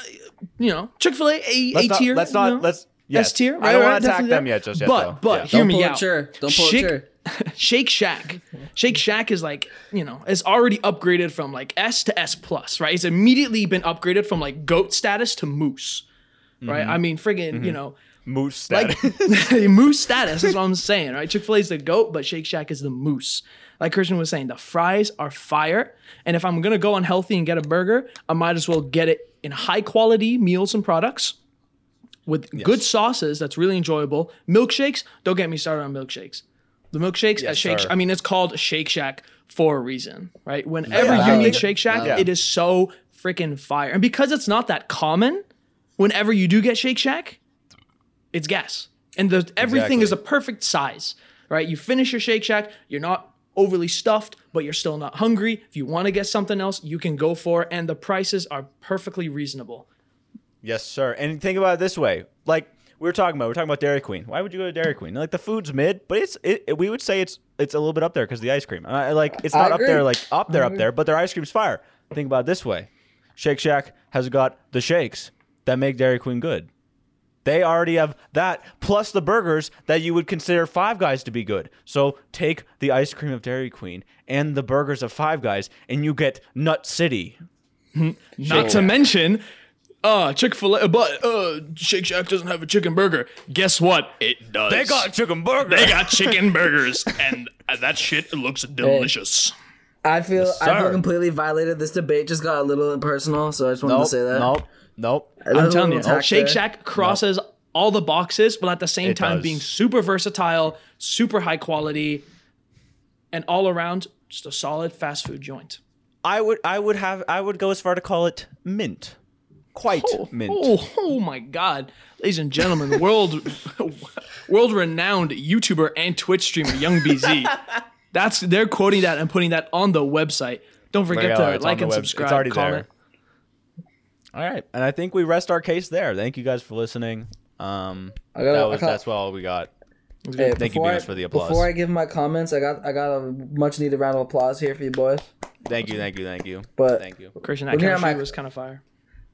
[SPEAKER 4] you know, Chick Fil A, A
[SPEAKER 1] Let's
[SPEAKER 4] A
[SPEAKER 1] not.
[SPEAKER 4] tier.
[SPEAKER 1] let's not.
[SPEAKER 4] you know,
[SPEAKER 1] Let's. Yes.
[SPEAKER 4] S tier.
[SPEAKER 1] I
[SPEAKER 4] right,
[SPEAKER 1] don't
[SPEAKER 4] right,
[SPEAKER 1] want to attack
[SPEAKER 4] definitely
[SPEAKER 1] them
[SPEAKER 4] there.
[SPEAKER 1] yet. Just yet.
[SPEAKER 4] But
[SPEAKER 1] though.
[SPEAKER 4] but
[SPEAKER 1] Yeah.
[SPEAKER 4] hear
[SPEAKER 2] Don't
[SPEAKER 4] me
[SPEAKER 2] pull a
[SPEAKER 4] out.
[SPEAKER 2] chair. Don't pull a
[SPEAKER 4] Shake,
[SPEAKER 2] chair.
[SPEAKER 4] Shake Shack. Shake Shack is like you know it's already upgraded from like S to S plus, right?
[SPEAKER 1] Mm-hmm.
[SPEAKER 4] It's immediately been upgraded from like goat status to moose, right? I mean, friggin', you know,
[SPEAKER 1] moose status.
[SPEAKER 4] Like moose status is what I'm saying, right? Chick Fil A is the goat, but Shake Shack is the moose. Like Christian was saying, the fries are fire, and if I'm gonna go unhealthy and get a burger, I might as well get it in high quality meals and products with good sauces. That's really enjoyable. Milkshakes. Don't get me started on milkshakes. The milkshakes at Shake.
[SPEAKER 1] sir.
[SPEAKER 4] I mean, it's called Shake Shack for a reason, right? Whenever you eat Shake Shack,
[SPEAKER 1] Yeah.
[SPEAKER 4] it is so freaking fire, and because it's not that common, whenever you do get Shake Shack, it's gas. And the everything
[SPEAKER 1] Exactly.
[SPEAKER 4] is a perfect size, right? You finish your Shake Shack, you're not overly stuffed, but you're still not hungry. If you want to get something else, you can go for it, and the prices are perfectly reasonable.
[SPEAKER 1] Yes, sir. And think about it this way: like we were talking about, we are talking about Dairy Queen. Why would you go to Dairy Queen? Like the food's mid, but it's it, it- we would say it's it's a little bit up there because the ice cream. I, I like it's
[SPEAKER 3] I
[SPEAKER 1] not up there
[SPEAKER 3] agree. Mm-hmm.
[SPEAKER 1] like up there up there, but their ice cream's fire. Think about it this way: Shake Shack has got the shakes that make Dairy Queen good. They already have that plus the burgers that you would consider Five Guys to be good. So take the ice cream of Dairy Queen and the burgers of Five Guys, and you get Nut City.
[SPEAKER 4] Not to mention, uh, Chick Fil A, but uh, Shake Shack doesn't have a chicken burger. Guess what? It does.
[SPEAKER 1] They got chicken burger.
[SPEAKER 4] They got chicken burgers, and uh, that shit looks delicious.
[SPEAKER 3] I feel I
[SPEAKER 1] sir.
[SPEAKER 3] feel completely violated. This debate just got a little impersonal, so I just wanted
[SPEAKER 1] nope,
[SPEAKER 3] to say that.
[SPEAKER 1] nope, nope.
[SPEAKER 3] Another
[SPEAKER 4] I'm telling you,
[SPEAKER 3] little attack
[SPEAKER 4] Shake
[SPEAKER 3] there.
[SPEAKER 4] Shack crosses all the boxes, while at the same
[SPEAKER 1] It
[SPEAKER 4] time
[SPEAKER 1] does.
[SPEAKER 4] being super versatile, super high quality, and all around just a solid fast food joint.
[SPEAKER 1] I would I would have I would go as far to call it mint. Quite mint.
[SPEAKER 4] Oh, oh my God, ladies and gentlemen, world world renowned YouTuber and Twitch streamer Young BZ. That's they're quoting that and putting that on the website. Don't forget
[SPEAKER 1] Yeah,
[SPEAKER 4] to
[SPEAKER 1] it's on
[SPEAKER 4] like
[SPEAKER 1] the
[SPEAKER 4] and
[SPEAKER 1] webs-
[SPEAKER 4] subscribe.
[SPEAKER 1] It's already there.
[SPEAKER 4] comment.
[SPEAKER 1] All right. And I think we rest our case there. Thank you guys for listening. Um
[SPEAKER 3] I gotta-
[SPEAKER 1] that
[SPEAKER 3] I
[SPEAKER 1] was,
[SPEAKER 3] can't-
[SPEAKER 1] that's all we got. Thank
[SPEAKER 3] Hey,
[SPEAKER 1] you,
[SPEAKER 3] before
[SPEAKER 1] Beans,
[SPEAKER 3] I-
[SPEAKER 1] for the applause.
[SPEAKER 3] Before I give my comments, I got I got a much needed round of applause here for you boys.
[SPEAKER 1] Thank you, thank you, thank you.
[SPEAKER 3] But
[SPEAKER 1] Thank you.
[SPEAKER 4] Christian, that
[SPEAKER 3] Looking at
[SPEAKER 4] chemistry
[SPEAKER 3] my-
[SPEAKER 4] was kind of fire.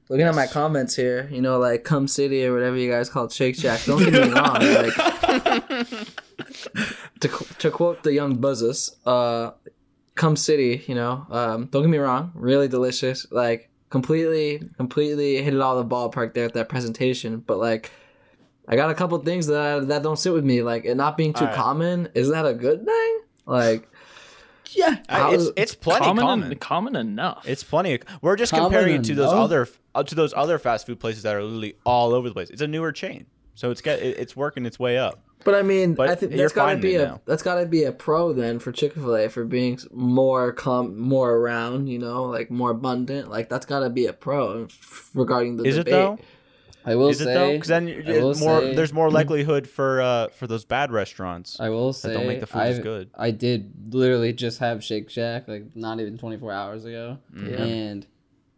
[SPEAKER 3] looking at my comments here, you know, like Cum City or whatever you guys call Shake Shack. Don't get me wrong. Like, to, qu- to quote the young buzzers, uh, Cum City, you know, um, don't get me wrong, really delicious. Like, completely, completely hit it all the ballpark there at that presentation. But like, I got a couple things that that don't sit with me. Like, it not being too
[SPEAKER 1] Alright.
[SPEAKER 3] common is that a good thing? Like,
[SPEAKER 4] Yeah,
[SPEAKER 1] Uh, it's
[SPEAKER 3] was-
[SPEAKER 1] it's plenty
[SPEAKER 4] common,
[SPEAKER 1] common.
[SPEAKER 4] en- common enough.
[SPEAKER 1] It's plenty. We're just
[SPEAKER 2] Common
[SPEAKER 1] comparing it to those
[SPEAKER 2] enough.
[SPEAKER 1] other uh, to those other fast food places that are literally all over the place. It's a newer chain. So it's get it- it's working its way up.
[SPEAKER 3] But I mean,
[SPEAKER 1] But
[SPEAKER 3] I think
[SPEAKER 1] you're
[SPEAKER 3] that's gotta
[SPEAKER 1] finding
[SPEAKER 3] be
[SPEAKER 1] it
[SPEAKER 3] a
[SPEAKER 1] now.
[SPEAKER 3] that's gotta be a pro then for Chick Fil A for being more com more around, you know, like more abundant. Like that's gotta be a pro f- regarding the
[SPEAKER 1] Is it
[SPEAKER 3] debate.
[SPEAKER 1] though?
[SPEAKER 2] I will
[SPEAKER 1] Is it though?
[SPEAKER 2] say,
[SPEAKER 1] Because then you-
[SPEAKER 2] I will
[SPEAKER 1] it's more
[SPEAKER 2] say-
[SPEAKER 1] there's more likelihood for uh for those bad restaurants.
[SPEAKER 2] I will say,
[SPEAKER 1] don't make the food as
[SPEAKER 2] I've-
[SPEAKER 1] good.
[SPEAKER 2] I did literally just have Shake Shack like not even 24 hours ago,
[SPEAKER 1] Mm-hmm.
[SPEAKER 2] and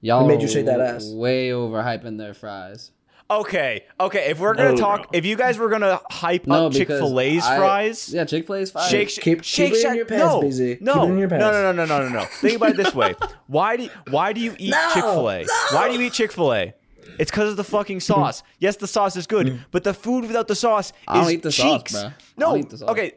[SPEAKER 2] y'all
[SPEAKER 3] made you
[SPEAKER 2] are
[SPEAKER 3] shake that ass.
[SPEAKER 2] Way overhyping their fries.
[SPEAKER 1] Okay, okay. If we're gonna
[SPEAKER 4] No,
[SPEAKER 1] talk, if you guys were gonna hype
[SPEAKER 2] No,
[SPEAKER 1] up Chick
[SPEAKER 2] because
[SPEAKER 1] Fil A's
[SPEAKER 2] I-
[SPEAKER 1] fries,
[SPEAKER 2] Yeah, Chick Fil A's fries.
[SPEAKER 1] Shake
[SPEAKER 3] Keep- keep
[SPEAKER 1] Shake
[SPEAKER 3] it in
[SPEAKER 1] Shack-
[SPEAKER 3] your pants,
[SPEAKER 1] no,
[SPEAKER 3] BZ. Keep
[SPEAKER 1] No,
[SPEAKER 3] it in your
[SPEAKER 1] no,
[SPEAKER 3] pants.
[SPEAKER 1] no, no, no, no, no. Think about it this way: Why do why do you eat
[SPEAKER 3] No,
[SPEAKER 1] Chick Fil A? Why do you eat Chick Fil A? It's because of the fucking sauce. yes, the sauce is good, but the food without the sauce
[SPEAKER 2] Mm. I don't
[SPEAKER 1] is
[SPEAKER 2] eat the sauce,
[SPEAKER 1] cheeks.
[SPEAKER 2] bro. I
[SPEAKER 1] No,
[SPEAKER 2] don't eat the sauce.
[SPEAKER 1] okay,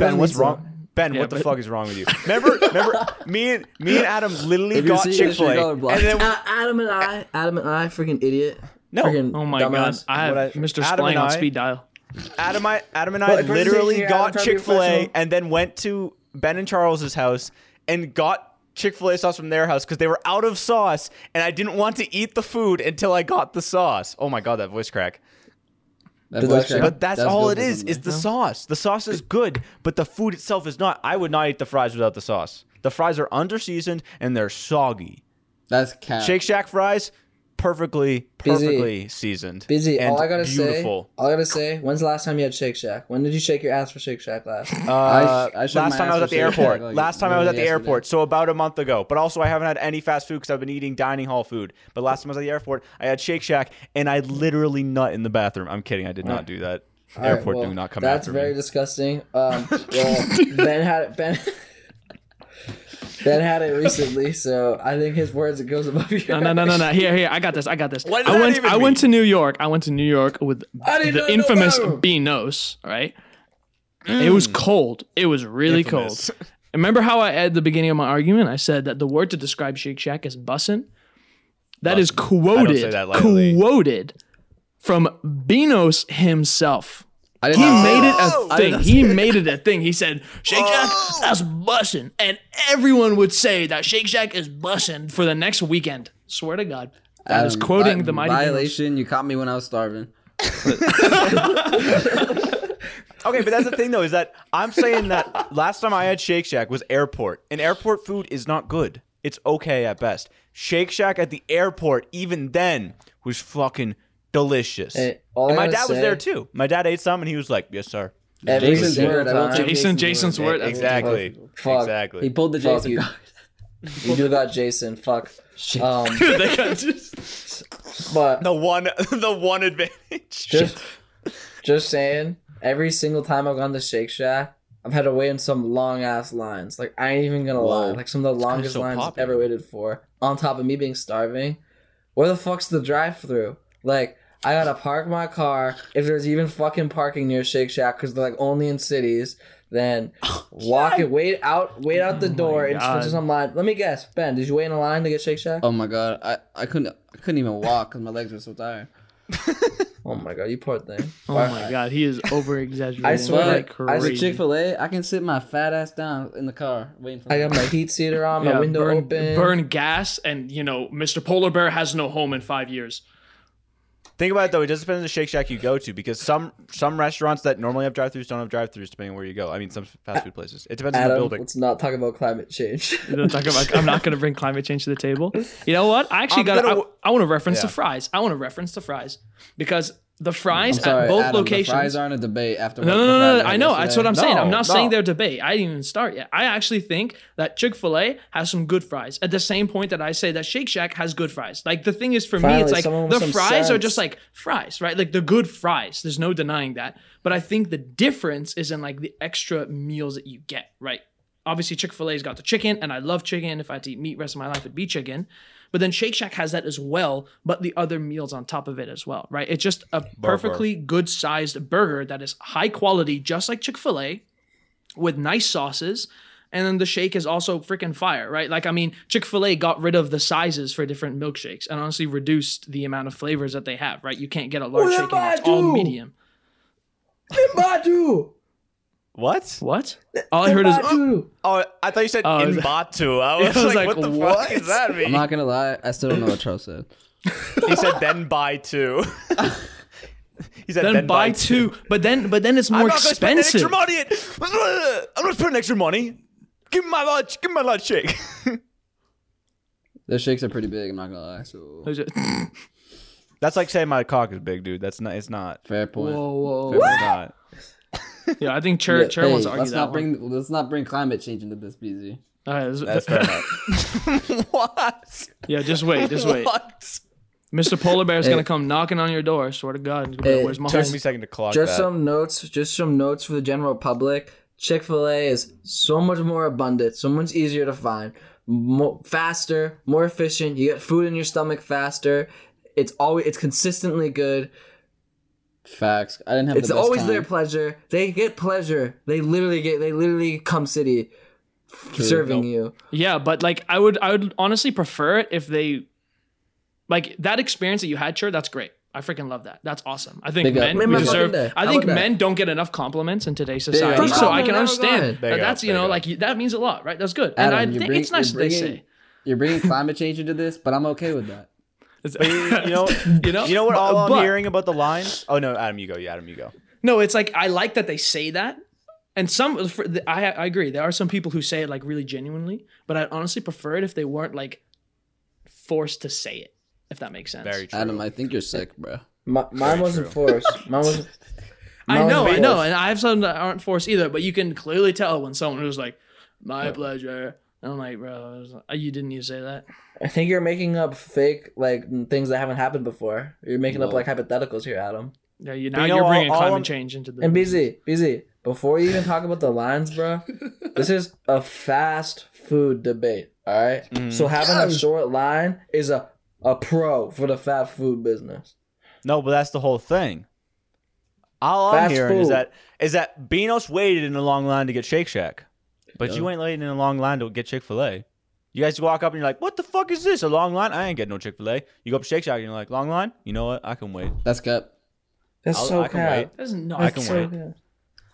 [SPEAKER 1] Ben,
[SPEAKER 3] doesn't
[SPEAKER 1] what's
[SPEAKER 3] need to-
[SPEAKER 1] wrong? Ben,
[SPEAKER 4] Yeah,
[SPEAKER 1] what the
[SPEAKER 4] but-
[SPEAKER 1] fuck is wrong with you? Remember, remember, me and me and Adam literally
[SPEAKER 2] If you
[SPEAKER 1] got
[SPEAKER 2] see it,
[SPEAKER 1] Chick Fil
[SPEAKER 2] you're
[SPEAKER 1] A,
[SPEAKER 2] colorblind.
[SPEAKER 1] and then
[SPEAKER 3] Uh, Adam and I, Adam and I, freaking idiot.
[SPEAKER 1] No.
[SPEAKER 3] Freaking
[SPEAKER 4] oh my
[SPEAKER 3] dumbass.
[SPEAKER 4] God, I have
[SPEAKER 1] What I-
[SPEAKER 4] Mr.
[SPEAKER 1] Adam
[SPEAKER 4] Splang
[SPEAKER 1] and
[SPEAKER 4] on
[SPEAKER 1] I-
[SPEAKER 4] speed dial.
[SPEAKER 1] Adam, I, Adam and I
[SPEAKER 3] Well, if we're
[SPEAKER 1] literally
[SPEAKER 3] taking it
[SPEAKER 1] got
[SPEAKER 3] out, try to be
[SPEAKER 1] Chick Fil A
[SPEAKER 3] professional.
[SPEAKER 1] and then went to Ben and Charles's house and got Chick Fil A sauce from their house because they were out of sauce, and I didn't want to eat the food until I got the sauce. Oh my god, that voice crack!
[SPEAKER 2] That
[SPEAKER 3] Does
[SPEAKER 2] voice
[SPEAKER 3] that shit-
[SPEAKER 2] crack
[SPEAKER 1] But that's,
[SPEAKER 2] does
[SPEAKER 1] all
[SPEAKER 2] go
[SPEAKER 1] it
[SPEAKER 2] for
[SPEAKER 1] is
[SPEAKER 2] something.
[SPEAKER 1] is the sauce. The sauce is good, but the food itself is not. I would not eat the fries without the sauce. The fries are underseasoned and they're soggy.
[SPEAKER 2] That's cap.
[SPEAKER 1] Shake Shack fries, perfectly,
[SPEAKER 3] Busy.
[SPEAKER 1] perfectly seasoned.
[SPEAKER 3] Busy.
[SPEAKER 1] and
[SPEAKER 3] all I gotta
[SPEAKER 1] beautiful.
[SPEAKER 3] say, all I gotta say, when's the last time you had Shake Shack? When did you shake your ass for Shake Shack last?
[SPEAKER 1] Uh,
[SPEAKER 2] I shook
[SPEAKER 1] last
[SPEAKER 2] my
[SPEAKER 1] time I was
[SPEAKER 2] ass for
[SPEAKER 1] at the
[SPEAKER 2] Shake Shack,
[SPEAKER 1] airport.
[SPEAKER 2] like,
[SPEAKER 1] last time I was at the
[SPEAKER 2] literally
[SPEAKER 1] airport,
[SPEAKER 2] yesterday.
[SPEAKER 1] so about a month ago. But also, I haven't had any fast food because I've been eating dining hall food. But last time I was at the airport, I had Shake Shack, and I literally nut in the bathroom. I'm kidding, I did not do that.
[SPEAKER 3] All right,
[SPEAKER 1] airport
[SPEAKER 3] well,
[SPEAKER 1] do not come
[SPEAKER 3] That's
[SPEAKER 1] after
[SPEAKER 3] very
[SPEAKER 1] me.
[SPEAKER 3] disgusting. Um, well, Ben had it. Ben. Ben had it recently, so I think his words it goes above your.
[SPEAKER 4] No, no, no, no, no. Here, here. I got this. I got this.
[SPEAKER 1] What does
[SPEAKER 4] I
[SPEAKER 1] that
[SPEAKER 4] went.
[SPEAKER 1] even
[SPEAKER 4] I
[SPEAKER 1] mean?
[SPEAKER 4] went to New York. I went to New York with
[SPEAKER 3] I didn't
[SPEAKER 4] the
[SPEAKER 3] know
[SPEAKER 4] infamous
[SPEAKER 3] about him.
[SPEAKER 4] Beanos. Right. It was cold. It was really
[SPEAKER 1] Mm. Infamous.
[SPEAKER 4] cold. Remember how I at the beginning of my argument I said that the word to describe Shake Shack is bussin'. That is
[SPEAKER 1] I don't say
[SPEAKER 4] quoted.
[SPEAKER 1] that lightly.
[SPEAKER 4] quoted from Beanos himself.
[SPEAKER 2] I did
[SPEAKER 4] He
[SPEAKER 2] not say
[SPEAKER 4] made
[SPEAKER 2] that. Oh.
[SPEAKER 4] it a
[SPEAKER 2] I Oh.
[SPEAKER 4] thing.
[SPEAKER 2] did
[SPEAKER 4] He made it a thing. He said, Shake Shack, that's bussin'. And everyone would say that Shake Shack is bussin' for the next weekend. Swear to God. I was
[SPEAKER 2] Adam,
[SPEAKER 4] quoting
[SPEAKER 2] Um, vi-
[SPEAKER 4] the mighty Beanos.
[SPEAKER 2] violation. You caught me when I was starving.
[SPEAKER 1] Okay, but that's the thing though is that I'm saying that last time I had Shake Shack was airport, and airport food is not good. It's okay at best. Shake Shack at the airport, even then, was fucking delicious.
[SPEAKER 3] Hey, all
[SPEAKER 1] and
[SPEAKER 3] I
[SPEAKER 1] my
[SPEAKER 3] gotta
[SPEAKER 1] dad was there
[SPEAKER 3] say-
[SPEAKER 1] too. My dad ate some, and he was like, "Yes, sir."
[SPEAKER 3] Every
[SPEAKER 2] Jason
[SPEAKER 3] single
[SPEAKER 2] Word, I will
[SPEAKER 3] time.
[SPEAKER 2] take
[SPEAKER 4] Jason, Jason's word.
[SPEAKER 3] Word.
[SPEAKER 4] that's-
[SPEAKER 1] Exactly.
[SPEAKER 3] Fuck.
[SPEAKER 2] He
[SPEAKER 1] Exactly.
[SPEAKER 2] pulled the
[SPEAKER 3] Fuck
[SPEAKER 2] Jason
[SPEAKER 3] you.
[SPEAKER 2] card.
[SPEAKER 3] You do got Jason. Fuck. Um,
[SPEAKER 4] They got just-
[SPEAKER 3] but
[SPEAKER 1] The one, the one advantage.
[SPEAKER 3] just, just saying. Every single time I've gone to Shake Shack, I've had to wait in some long ass lines. Like I ain't even gonna lie,
[SPEAKER 2] Whoa.
[SPEAKER 3] like some of the longest
[SPEAKER 1] so
[SPEAKER 3] lines I've
[SPEAKER 1] popular.
[SPEAKER 3] ever waited for. On top of me being starving, where the fuck's the drive-through? Like I gotta park my car. If there's even fucking parking near Shake Shack, because they're like only in cities, then walk it. Wait out. Wait out the door and
[SPEAKER 4] God.
[SPEAKER 3] switch to some line. Let me guess, Ben, did you wait in a line to get Shake Shack?
[SPEAKER 2] Oh my god, I, I couldn't I couldn't even walk because my legs were so tired.
[SPEAKER 3] Oh my god, you poor thing.
[SPEAKER 4] Oh my God. He is over exaggerating.
[SPEAKER 3] I swear
[SPEAKER 4] like
[SPEAKER 3] to- I
[SPEAKER 2] As a
[SPEAKER 4] crazy.
[SPEAKER 2] Chick Fil A, I can sit my fat ass down in the car waiting for.
[SPEAKER 3] I got my heat seater on, my
[SPEAKER 4] Yeah,
[SPEAKER 3] window
[SPEAKER 4] burn,
[SPEAKER 3] open.
[SPEAKER 4] burn gas, and you know, Mr. Polar Bear has no home in five years.
[SPEAKER 1] Think about it though. It just depends on the Shake Shack you go to because some some restaurants that normally have drive-throughs don't have drive-throughs depending on where you go. I mean, some fast food places. It depends on the
[SPEAKER 3] Adam,
[SPEAKER 1] building.
[SPEAKER 3] let's not talk about climate change.
[SPEAKER 4] You know, talk about, I'm not going to bring climate change to the table. You know what? I actually
[SPEAKER 1] I'm
[SPEAKER 4] got.
[SPEAKER 1] gonna-
[SPEAKER 4] I, I want to reference the
[SPEAKER 1] Yeah.
[SPEAKER 4] fries. I want to reference the fries because the fries
[SPEAKER 2] I'm sorry,
[SPEAKER 4] at both
[SPEAKER 2] Adam, the
[SPEAKER 4] locations.
[SPEAKER 2] fries aren't a debate after.
[SPEAKER 4] no,
[SPEAKER 2] what
[SPEAKER 4] no,
[SPEAKER 2] the
[SPEAKER 4] no, no,
[SPEAKER 2] fries
[SPEAKER 4] no.
[SPEAKER 2] were
[SPEAKER 4] I know. That's what I'm
[SPEAKER 2] yesterday.
[SPEAKER 4] saying. I'm
[SPEAKER 1] No,
[SPEAKER 4] not saying
[SPEAKER 1] no.
[SPEAKER 4] they're debate. I didn't even start yet. I actually think that Chick Fil A has some good fries. At the same point that I say that Shake Shack has good fries. Like the thing is for me, it's
[SPEAKER 3] Finally,
[SPEAKER 4] like
[SPEAKER 3] someone with
[SPEAKER 4] the
[SPEAKER 3] some
[SPEAKER 4] fries are
[SPEAKER 3] sense.
[SPEAKER 4] just like fries, right? Like the good fries. There's no denying that. But I think the difference is in like the extra meals that you get, right? obviously Chick Fil A's got the chicken, and I love chicken. If I had to eat meat rest of my life, it'd be chicken. But then Shake Shack has that as well, but the other meals on top of it as well, right? It's just a perfectly good sized burger that is high quality, just like Chick Fil A, with nice sauces. And then the shake is also freaking fire, right? Like, I mean, Chick fil A got rid of the sizes for different milkshakes and honestly reduced the amount of flavors that they have, right? You can't get a large
[SPEAKER 3] What
[SPEAKER 4] shake anymore. It's all
[SPEAKER 3] about you?
[SPEAKER 4] medium.
[SPEAKER 3] Timbatu!
[SPEAKER 1] What?
[SPEAKER 4] What? All I heard is,
[SPEAKER 3] Timbatu!
[SPEAKER 1] Oh, I thought you said
[SPEAKER 4] Oh,
[SPEAKER 1] in
[SPEAKER 4] is-
[SPEAKER 1] Batu. I
[SPEAKER 4] I
[SPEAKER 1] was, like,
[SPEAKER 4] was like,
[SPEAKER 1] what the
[SPEAKER 4] what?
[SPEAKER 1] fuck does that
[SPEAKER 2] I'm
[SPEAKER 1] mean?
[SPEAKER 2] not gonna lie. I still don't know what Tro said.
[SPEAKER 1] he said then buy two. he said
[SPEAKER 4] then buy two. But then, but then it's more
[SPEAKER 1] I'm not gonna
[SPEAKER 4] expensive.
[SPEAKER 1] spend an extra money. at- I'm not spending extra money. Give me my lunch. Give me my lunch shake.
[SPEAKER 2] Their shakes are pretty big. I'm not gonna lie. So
[SPEAKER 4] There's a-
[SPEAKER 1] That's like saying my cock is big, dude. That's not. It's not.
[SPEAKER 2] fair point.
[SPEAKER 4] whoa, whoa,
[SPEAKER 2] Fair
[SPEAKER 4] whoa.
[SPEAKER 1] It's not.
[SPEAKER 4] Yeah, I think Chair
[SPEAKER 2] Yeah,
[SPEAKER 4] Chair wants
[SPEAKER 2] hey,
[SPEAKER 4] to argue
[SPEAKER 2] let's
[SPEAKER 4] that
[SPEAKER 2] not
[SPEAKER 4] one.
[SPEAKER 2] bring let's not bring climate change into this, BZ.
[SPEAKER 4] All right, this-
[SPEAKER 1] That's fair enough. what?
[SPEAKER 4] yeah, just wait, just wait.
[SPEAKER 1] What?
[SPEAKER 4] Mr. Polar Bear's
[SPEAKER 2] Hey.
[SPEAKER 4] gonna come knocking on your door. Swear to God, he's gonna be like,
[SPEAKER 3] Hey,
[SPEAKER 4] where's my
[SPEAKER 1] Took me
[SPEAKER 4] home?
[SPEAKER 1] a second to clock
[SPEAKER 3] Just
[SPEAKER 1] that.
[SPEAKER 3] some notes, just some notes for the general public. Chick fil A is so much more abundant, so much easier to find, more, faster, more efficient. You get food in your stomach faster. It's always it's consistently good.
[SPEAKER 2] Facts. I didn't have.
[SPEAKER 3] It's
[SPEAKER 2] the best
[SPEAKER 3] always
[SPEAKER 2] time.
[SPEAKER 3] their pleasure. They get pleasure. They literally get they literally come city serving
[SPEAKER 2] Nope.
[SPEAKER 3] you.
[SPEAKER 4] Yeah, but like I would I would honestly prefer it if they like that experience that you had, Chair, that's great. I freaking love that. That's awesome. I think
[SPEAKER 2] Big up.
[SPEAKER 4] men
[SPEAKER 2] Remember
[SPEAKER 4] deserve.
[SPEAKER 3] fucking day.
[SPEAKER 4] I
[SPEAKER 3] How
[SPEAKER 4] think
[SPEAKER 3] about that?
[SPEAKER 4] men don't get enough compliments in today's
[SPEAKER 2] up.
[SPEAKER 4] society,
[SPEAKER 2] First
[SPEAKER 4] so I
[SPEAKER 3] compliment
[SPEAKER 4] can
[SPEAKER 3] never
[SPEAKER 4] understand.
[SPEAKER 3] gotten.
[SPEAKER 4] that
[SPEAKER 1] Big
[SPEAKER 4] that's
[SPEAKER 1] up,
[SPEAKER 4] you know
[SPEAKER 1] big up.
[SPEAKER 4] like you- that means a lot, right? That's good,
[SPEAKER 2] Adam,
[SPEAKER 4] and I
[SPEAKER 2] you
[SPEAKER 4] think
[SPEAKER 2] bring-
[SPEAKER 4] it's nice
[SPEAKER 2] you
[SPEAKER 4] that they
[SPEAKER 2] bring-
[SPEAKER 4] say.
[SPEAKER 2] You're bringing climate change into this, but I'm okay with that.
[SPEAKER 1] But you, you know,
[SPEAKER 4] You know,
[SPEAKER 1] you know what? All
[SPEAKER 4] But-
[SPEAKER 1] I'm hearing about the lines. Oh no, Adam, you go. Yeah, Adam, you go.
[SPEAKER 4] No, it's like I like that they say that, and some for the, I I agree. There are some people who say it like really genuinely, but I'd honestly prefer it if they weren't like forced to say it. If that makes sense.
[SPEAKER 1] Very true.
[SPEAKER 2] Adam, I think you're sick, bro.
[SPEAKER 3] My, mine wasn't forced. Mine was.
[SPEAKER 4] I
[SPEAKER 3] mine
[SPEAKER 4] know,
[SPEAKER 3] wasn't
[SPEAKER 4] I know,
[SPEAKER 3] forced.
[SPEAKER 4] and I have some that aren't forced either. But you can clearly tell when someone who's like, "My pleasure," and I'm like, "Bro, it was- you didn't need to say that."
[SPEAKER 3] I think you're making up fake like n- things that haven't happened before. You're making up
[SPEAKER 2] Whoa.
[SPEAKER 3] like hypotheticals here, Adam.
[SPEAKER 4] Yeah, you now
[SPEAKER 1] you know,
[SPEAKER 4] you're bringing
[SPEAKER 1] all- all
[SPEAKER 4] climate
[SPEAKER 1] I'm-
[SPEAKER 4] change into the.
[SPEAKER 3] And BZ, BZ, before you even talk about the lines, bro, this is a fast food debate. All right?
[SPEAKER 1] Mm.
[SPEAKER 3] so having a short line is a a pro for the fast food business.
[SPEAKER 1] No, but that's the whole thing. All I'm
[SPEAKER 3] Fast
[SPEAKER 1] hearing is
[SPEAKER 3] food.
[SPEAKER 1] that is that Beanos waited in a long line to get Shake Shack, but you
[SPEAKER 2] Yeah.
[SPEAKER 1] ain't waiting in a long line to get Chick Fil A. You guys walk up and you're like, "What the fuck is this? A long line? I ain't getting no Chick Fil A." You go up to Shake Shack and you're like, "Long line? You know what? I can wait."
[SPEAKER 2] That's cup.
[SPEAKER 3] That's
[SPEAKER 1] I'll-
[SPEAKER 3] so
[SPEAKER 1] I can
[SPEAKER 3] bad.
[SPEAKER 1] wait.
[SPEAKER 4] That's not.
[SPEAKER 1] I can
[SPEAKER 3] so
[SPEAKER 1] wait.
[SPEAKER 3] good.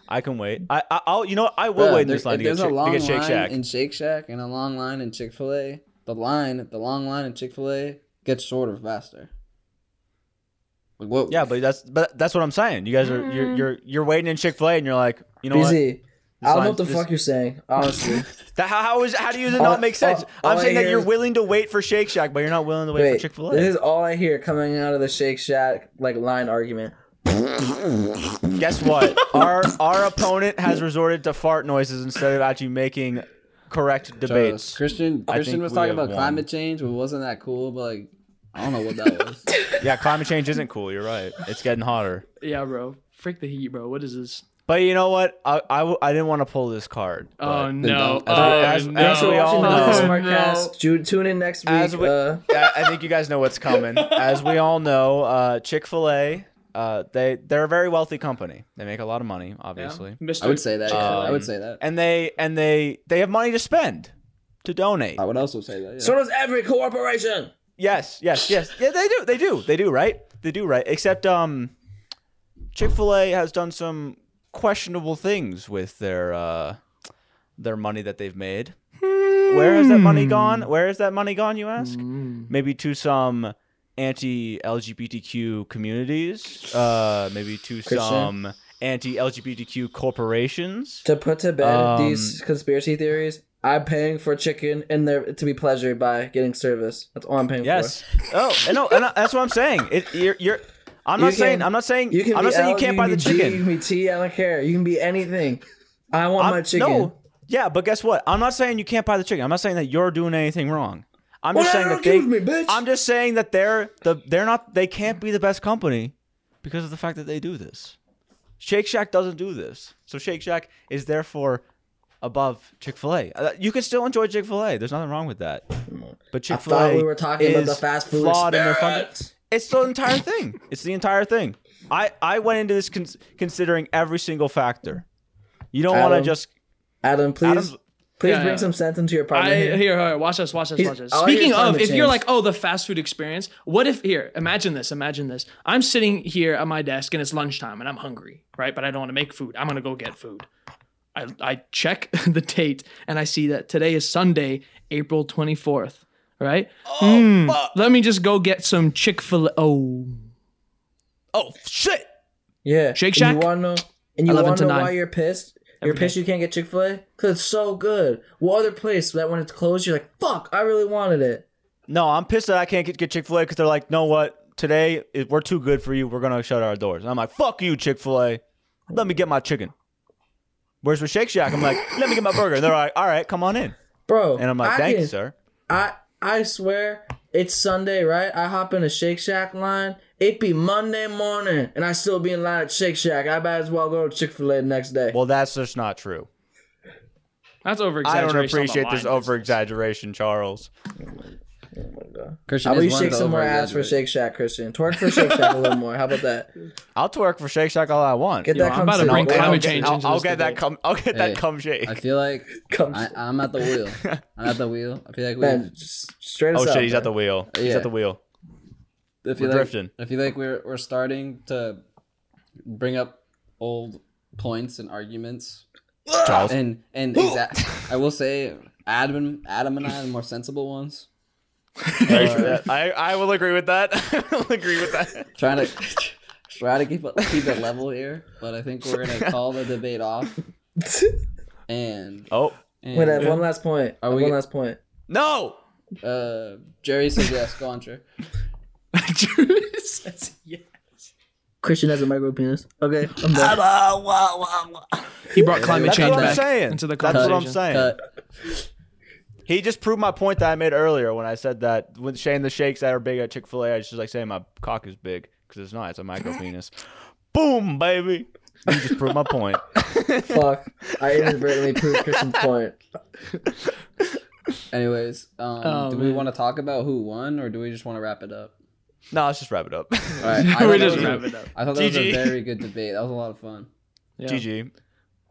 [SPEAKER 1] I can wait. I, I I'll you know what? I will
[SPEAKER 2] Bruh,
[SPEAKER 1] wait in
[SPEAKER 2] Uh, there-
[SPEAKER 1] this line to get,
[SPEAKER 2] there's
[SPEAKER 1] Shake-
[SPEAKER 2] a long
[SPEAKER 1] to get Shake
[SPEAKER 2] line
[SPEAKER 1] Shack.
[SPEAKER 2] in Shake Shack and a long line in Chick Fil A. The line, the long line in Chick Fil A gets shorter faster. Like what?
[SPEAKER 1] yeah, but that's but that's what I'm saying. You guys are you're you're you're waiting in Chick Fil A and you're like, you know what?
[SPEAKER 3] BZ, I don't know
[SPEAKER 1] line-
[SPEAKER 3] what the
[SPEAKER 1] this-
[SPEAKER 3] fuck you're saying, honestly.
[SPEAKER 1] That, how, how is how do you does it
[SPEAKER 3] All-
[SPEAKER 1] not make sense?
[SPEAKER 3] all- all
[SPEAKER 1] I'm
[SPEAKER 3] I
[SPEAKER 1] saying that
[SPEAKER 3] hear
[SPEAKER 1] you're
[SPEAKER 3] is-
[SPEAKER 1] willing to wait for Shake Shack, but you're not willing to wait, for
[SPEAKER 3] Wait,
[SPEAKER 1] Chick Fil
[SPEAKER 3] this
[SPEAKER 1] A.
[SPEAKER 3] is all I hear coming out of the Shake Shack like line argument.
[SPEAKER 1] Guess what? our our opponent has resorted to fart noises instead of actually making correct debates.
[SPEAKER 2] Christian
[SPEAKER 1] I
[SPEAKER 2] Christian
[SPEAKER 1] think
[SPEAKER 2] was
[SPEAKER 1] we
[SPEAKER 2] talking
[SPEAKER 1] have
[SPEAKER 2] about
[SPEAKER 1] won.
[SPEAKER 2] climate change, but it wasn't that cool. But like, I don't know what that was.
[SPEAKER 1] Yeah, climate change isn't cool. You're right. It's getting hotter.
[SPEAKER 4] Yeah, bro. Freak the heat, bro. What is this?
[SPEAKER 1] But you know what? I, I, w- I didn't want to pull this card. but-
[SPEAKER 4] Oh no!
[SPEAKER 2] don't-
[SPEAKER 4] Oh,
[SPEAKER 1] As-
[SPEAKER 4] no.
[SPEAKER 1] as
[SPEAKER 3] Thanks for
[SPEAKER 1] we all
[SPEAKER 3] watching
[SPEAKER 1] know.
[SPEAKER 3] the
[SPEAKER 1] Oh,
[SPEAKER 3] Smart
[SPEAKER 4] no.
[SPEAKER 3] Cast. Ju- tune in next week.
[SPEAKER 1] As we-
[SPEAKER 3] uh,
[SPEAKER 1] I, I think you guys know what's coming. As we all know, uh, Chick Fil A, uh, they they're a very wealthy company. They make a lot of money, obviously,
[SPEAKER 4] Mr.
[SPEAKER 2] I would say that. yeah.
[SPEAKER 1] Um,
[SPEAKER 2] I would say that.
[SPEAKER 1] and they and they they have money to spend, to donate.
[SPEAKER 2] I would also say that. Yeah.
[SPEAKER 3] so does every corporation.
[SPEAKER 1] Yes, yes, yes. Yeah, they do. They do. They do. Right. They do. Right. Except, um, Chick Fil A has done some questionable things with their uh, their money that they've made. Where has that money gone? Where is that money gone? You ask.
[SPEAKER 3] Mm.
[SPEAKER 1] Maybe to some anti-LGBTQ communities. Uh, maybe to
[SPEAKER 2] Christian?
[SPEAKER 1] some anti-LGBTQ corporations.
[SPEAKER 3] To put to bed
[SPEAKER 1] Um,
[SPEAKER 3] these conspiracy theories, I'm paying for chicken and they're to be pleasured by getting service. That's all I'm paying
[SPEAKER 1] Yes. Oh, and no, and, uh, that's what I'm saying. It, you're, you're. I'm not
[SPEAKER 3] You
[SPEAKER 1] saying.
[SPEAKER 3] can-
[SPEAKER 1] I'm not saying.
[SPEAKER 3] for. You can
[SPEAKER 1] I'm
[SPEAKER 3] be
[SPEAKER 1] not saying
[SPEAKER 3] L,
[SPEAKER 1] you can't buy
[SPEAKER 3] can
[SPEAKER 1] the
[SPEAKER 3] be G,
[SPEAKER 1] chicken.
[SPEAKER 3] You can be T. I don't care. You can be anything. I want
[SPEAKER 1] I'm-
[SPEAKER 3] my chicken.
[SPEAKER 1] No, yeah, but guess what? I'm not saying you can't buy the chicken. I'm not saying that you're doing anything wrong. I'm just saying
[SPEAKER 3] Whatever
[SPEAKER 1] that they.
[SPEAKER 3] accuse me, bitch.
[SPEAKER 1] I'm just saying that they're the they're not they can't be the best company because of the fact that they do this. Shake Shack doesn't do this, so Shake Shack is therefore above Chick Fil A. Uh, you can still enjoy Chick Fil A. There's nothing wrong with that. But Chick Fil A
[SPEAKER 3] Mm. thought we were talking about the fast food
[SPEAKER 1] flawed in their
[SPEAKER 3] experience.
[SPEAKER 1] It's the entire thing. It's the entire thing. I I went into this cons- considering every single factor. You don't want to
[SPEAKER 3] Adam,
[SPEAKER 1] just
[SPEAKER 3] Adam, please,
[SPEAKER 1] Adam's-
[SPEAKER 3] please
[SPEAKER 4] Yeah,
[SPEAKER 3] bring
[SPEAKER 4] yeah.
[SPEAKER 3] some sense into your partner.
[SPEAKER 4] I
[SPEAKER 3] here.
[SPEAKER 4] here, here, watch this, watch this,
[SPEAKER 3] He's-
[SPEAKER 4] watch this.
[SPEAKER 3] all I hear
[SPEAKER 4] Speaking
[SPEAKER 3] is
[SPEAKER 4] of,
[SPEAKER 3] climate
[SPEAKER 4] if you're
[SPEAKER 3] change.
[SPEAKER 4] like, oh, the fast food experience, what if here, imagine this, imagine this. I'm sitting here at my desk and it's lunchtime and I'm hungry, right? But I don't want to make food. I'm gonna go get food. I, I check the date and I see that today is Sunday, April 24th, right? Oh, Let me just go get some Chick-fil-A. Oh.
[SPEAKER 1] oh shit.
[SPEAKER 3] Yeah.
[SPEAKER 4] Shake
[SPEAKER 3] And
[SPEAKER 4] Shack?
[SPEAKER 3] You wanna know and you
[SPEAKER 4] 11
[SPEAKER 3] wanna
[SPEAKER 4] to
[SPEAKER 3] know
[SPEAKER 4] 9.
[SPEAKER 3] why you're pissed? you're pissed you can't get Chick fil A? Because it's so good. What other place that when it's closed you're like, fuck, I really wanted it.
[SPEAKER 1] No, I'm pissed that I can't get, get Chick Fil A because they're like, no, what today it- we're too good for you. We're gonna shut our doors. And I'm like, fuck you, Chick Fil A. Let me get my chicken. Where's with Shake Shack? I'm like, let me get my burger. And they're like, all right, come on in.
[SPEAKER 3] Bro.
[SPEAKER 1] And I'm like,
[SPEAKER 3] I
[SPEAKER 1] thank you,
[SPEAKER 3] can-
[SPEAKER 1] sir.
[SPEAKER 3] I I swear it's Sunday, right? I hop in a Shake Shack line. It be Monday morning and I still be in line at Shake Shack. I might as well go to Chick fil A the next day.
[SPEAKER 1] Well, that's just not true.
[SPEAKER 4] That's over
[SPEAKER 1] I
[SPEAKER 4] exaggeration.
[SPEAKER 1] don't appreciate this over exaggeration, Charles.
[SPEAKER 2] Christian
[SPEAKER 3] How
[SPEAKER 2] is
[SPEAKER 3] about you
[SPEAKER 2] one
[SPEAKER 3] shake
[SPEAKER 2] to
[SPEAKER 3] some more ass for
[SPEAKER 2] over-exaggerate.
[SPEAKER 3] Shake Shack, Christian? Twerk for Shake Shack a little more. How about that?
[SPEAKER 1] I'll twerk for Shake Shack all I want.
[SPEAKER 3] Get
[SPEAKER 4] Yo,
[SPEAKER 3] that
[SPEAKER 4] I'm about to
[SPEAKER 3] cum
[SPEAKER 4] bring
[SPEAKER 1] And
[SPEAKER 3] shake.
[SPEAKER 1] I'll
[SPEAKER 4] climate
[SPEAKER 1] get-
[SPEAKER 4] change
[SPEAKER 1] I'll,
[SPEAKER 4] into
[SPEAKER 1] I'll
[SPEAKER 4] this
[SPEAKER 1] get
[SPEAKER 4] debate.
[SPEAKER 1] that cum. I'll get
[SPEAKER 2] Hey,
[SPEAKER 1] that cum shake.
[SPEAKER 2] I feel like
[SPEAKER 3] Cum
[SPEAKER 2] I,
[SPEAKER 3] shake.
[SPEAKER 2] I'm at the wheel. I'm at the wheel. I feel like we.
[SPEAKER 3] Man, just straight us
[SPEAKER 1] Oh
[SPEAKER 3] up,
[SPEAKER 1] shit, he's
[SPEAKER 3] man.
[SPEAKER 1] at the wheel. He's
[SPEAKER 2] Yeah.
[SPEAKER 1] at the wheel.
[SPEAKER 2] I feel
[SPEAKER 1] we're
[SPEAKER 2] like,
[SPEAKER 1] drifting.
[SPEAKER 2] I feel like we're we're starting to bring up old points and arguments.
[SPEAKER 1] Charles.
[SPEAKER 2] And and exact. I will say Adam Adam and I are the more sensible ones.
[SPEAKER 1] Uh, I, I will agree with that. I will agree with that.
[SPEAKER 2] Trying to try to keep keep it level here, but I think we're gonna call the debate off. And,
[SPEAKER 1] Oh.
[SPEAKER 2] and
[SPEAKER 3] Wait, I have one last point. I
[SPEAKER 2] Are
[SPEAKER 3] have
[SPEAKER 2] we-
[SPEAKER 3] one last point.
[SPEAKER 1] No!
[SPEAKER 2] uh, Jerry says yes. Go on, Jerry.
[SPEAKER 4] says yes.
[SPEAKER 3] Christian has a micro penis. Okay, I'm done.
[SPEAKER 4] He brought climate
[SPEAKER 1] That's
[SPEAKER 4] change
[SPEAKER 1] what I'm
[SPEAKER 4] back
[SPEAKER 1] saying.
[SPEAKER 4] into the
[SPEAKER 1] That's what I'm
[SPEAKER 4] conversation.
[SPEAKER 1] saying.
[SPEAKER 2] Cut.
[SPEAKER 1] He just proved my point that I made earlier when I said that when Shane the Shakes that are big at Chick Fil A, I just like saying my cock is big because it's not. It's a micro penis. Boom, baby. You just proved my point.
[SPEAKER 3] Fuck. I inadvertently proved Christian's point.
[SPEAKER 2] Anyways, um,
[SPEAKER 4] Oh,
[SPEAKER 2] do we
[SPEAKER 4] man.
[SPEAKER 2] want to talk about who won, or do we just want to wrap it up?
[SPEAKER 1] No, let's just wrap it up.
[SPEAKER 2] All right, I thought that
[SPEAKER 4] we just
[SPEAKER 2] was a-
[SPEAKER 4] wrap it up.
[SPEAKER 2] I thought that was a
[SPEAKER 1] GG.
[SPEAKER 2] very good debate. That was a lot of fun.
[SPEAKER 4] Yeah.
[SPEAKER 1] GG.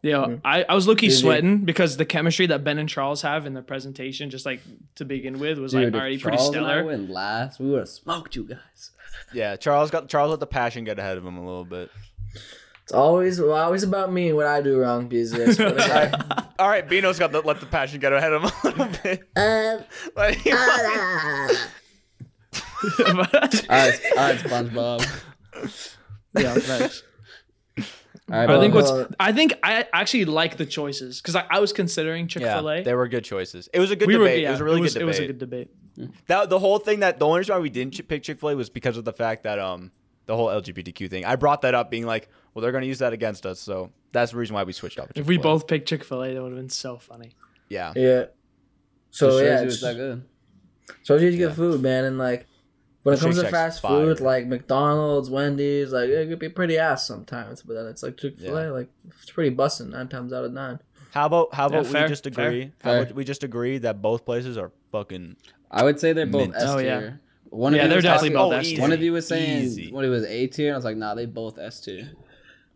[SPEAKER 4] Yeah, I, I was looking
[SPEAKER 3] Dude, it-
[SPEAKER 4] sweating because the chemistry that Ben and Charles have in their presentation, just like to begin with, was like
[SPEAKER 2] if
[SPEAKER 4] already pretty
[SPEAKER 2] Charles and I
[SPEAKER 4] stellar.
[SPEAKER 2] went last. We would have smoked you guys.
[SPEAKER 1] Yeah, Charles got Charles let the passion get ahead of him a little bit.
[SPEAKER 3] It's always well, always about me and what I do wrong these days. But it's like,
[SPEAKER 1] All right, Bino's got to let the passion get ahead of him a little bit.
[SPEAKER 3] uh,
[SPEAKER 1] Like, he-
[SPEAKER 2] All right, all right, SpongeBob.
[SPEAKER 4] yeah, nice.
[SPEAKER 2] All right,
[SPEAKER 4] I think
[SPEAKER 2] Bob.
[SPEAKER 4] what's
[SPEAKER 1] Uh,
[SPEAKER 4] I think I actually like the choices because I, I was considering Chick
[SPEAKER 1] yeah,
[SPEAKER 4] Fil A.
[SPEAKER 1] they were good choices. It was a good
[SPEAKER 4] we were,
[SPEAKER 1] debate.
[SPEAKER 4] yeah,
[SPEAKER 1] it was a really
[SPEAKER 4] it was,
[SPEAKER 1] good
[SPEAKER 4] It
[SPEAKER 1] debate.
[SPEAKER 4] was a good debate.
[SPEAKER 1] That the whole thing that the only reason why we didn't ch- pick Chick Fil A was because of the fact that um the whole LGBTQ thing. I brought that up, being like, well, they're going to use that against us, so that's the reason why we switched up. with
[SPEAKER 4] If we
[SPEAKER 1] Chick-fil-A.
[SPEAKER 4] both picked Chick Fil A, that would have been so funny.
[SPEAKER 1] yeah,
[SPEAKER 3] yeah. So
[SPEAKER 2] Just shows
[SPEAKER 3] yeah,
[SPEAKER 2] you
[SPEAKER 3] it's-
[SPEAKER 2] it's that good.
[SPEAKER 3] shows you to get food, man, and like when it
[SPEAKER 1] Shake
[SPEAKER 3] comes to
[SPEAKER 1] Shack's
[SPEAKER 3] fast
[SPEAKER 1] fire.
[SPEAKER 3] food, like McDonald's, Wendy's, like it could be pretty ass sometimes, but then it's like Chick Fil A,
[SPEAKER 1] Yeah.
[SPEAKER 3] like it's pretty busting nine times out of nine.
[SPEAKER 1] how about how about
[SPEAKER 4] fair,
[SPEAKER 1] we just
[SPEAKER 4] fair,
[SPEAKER 1] agree?
[SPEAKER 2] fair.
[SPEAKER 1] How about we just agree that both places are fucking
[SPEAKER 2] I would say they're both
[SPEAKER 1] Mint.
[SPEAKER 2] S tier.
[SPEAKER 4] Oh, yeah.
[SPEAKER 2] One
[SPEAKER 4] Yeah,
[SPEAKER 2] of you
[SPEAKER 4] they're
[SPEAKER 2] was
[SPEAKER 4] definitely
[SPEAKER 2] talking-
[SPEAKER 4] both
[SPEAKER 1] Oh,
[SPEAKER 4] S tier.
[SPEAKER 2] One of you was saying
[SPEAKER 1] Easy.
[SPEAKER 2] what it was A tier, and I was like, nah, they both S tier.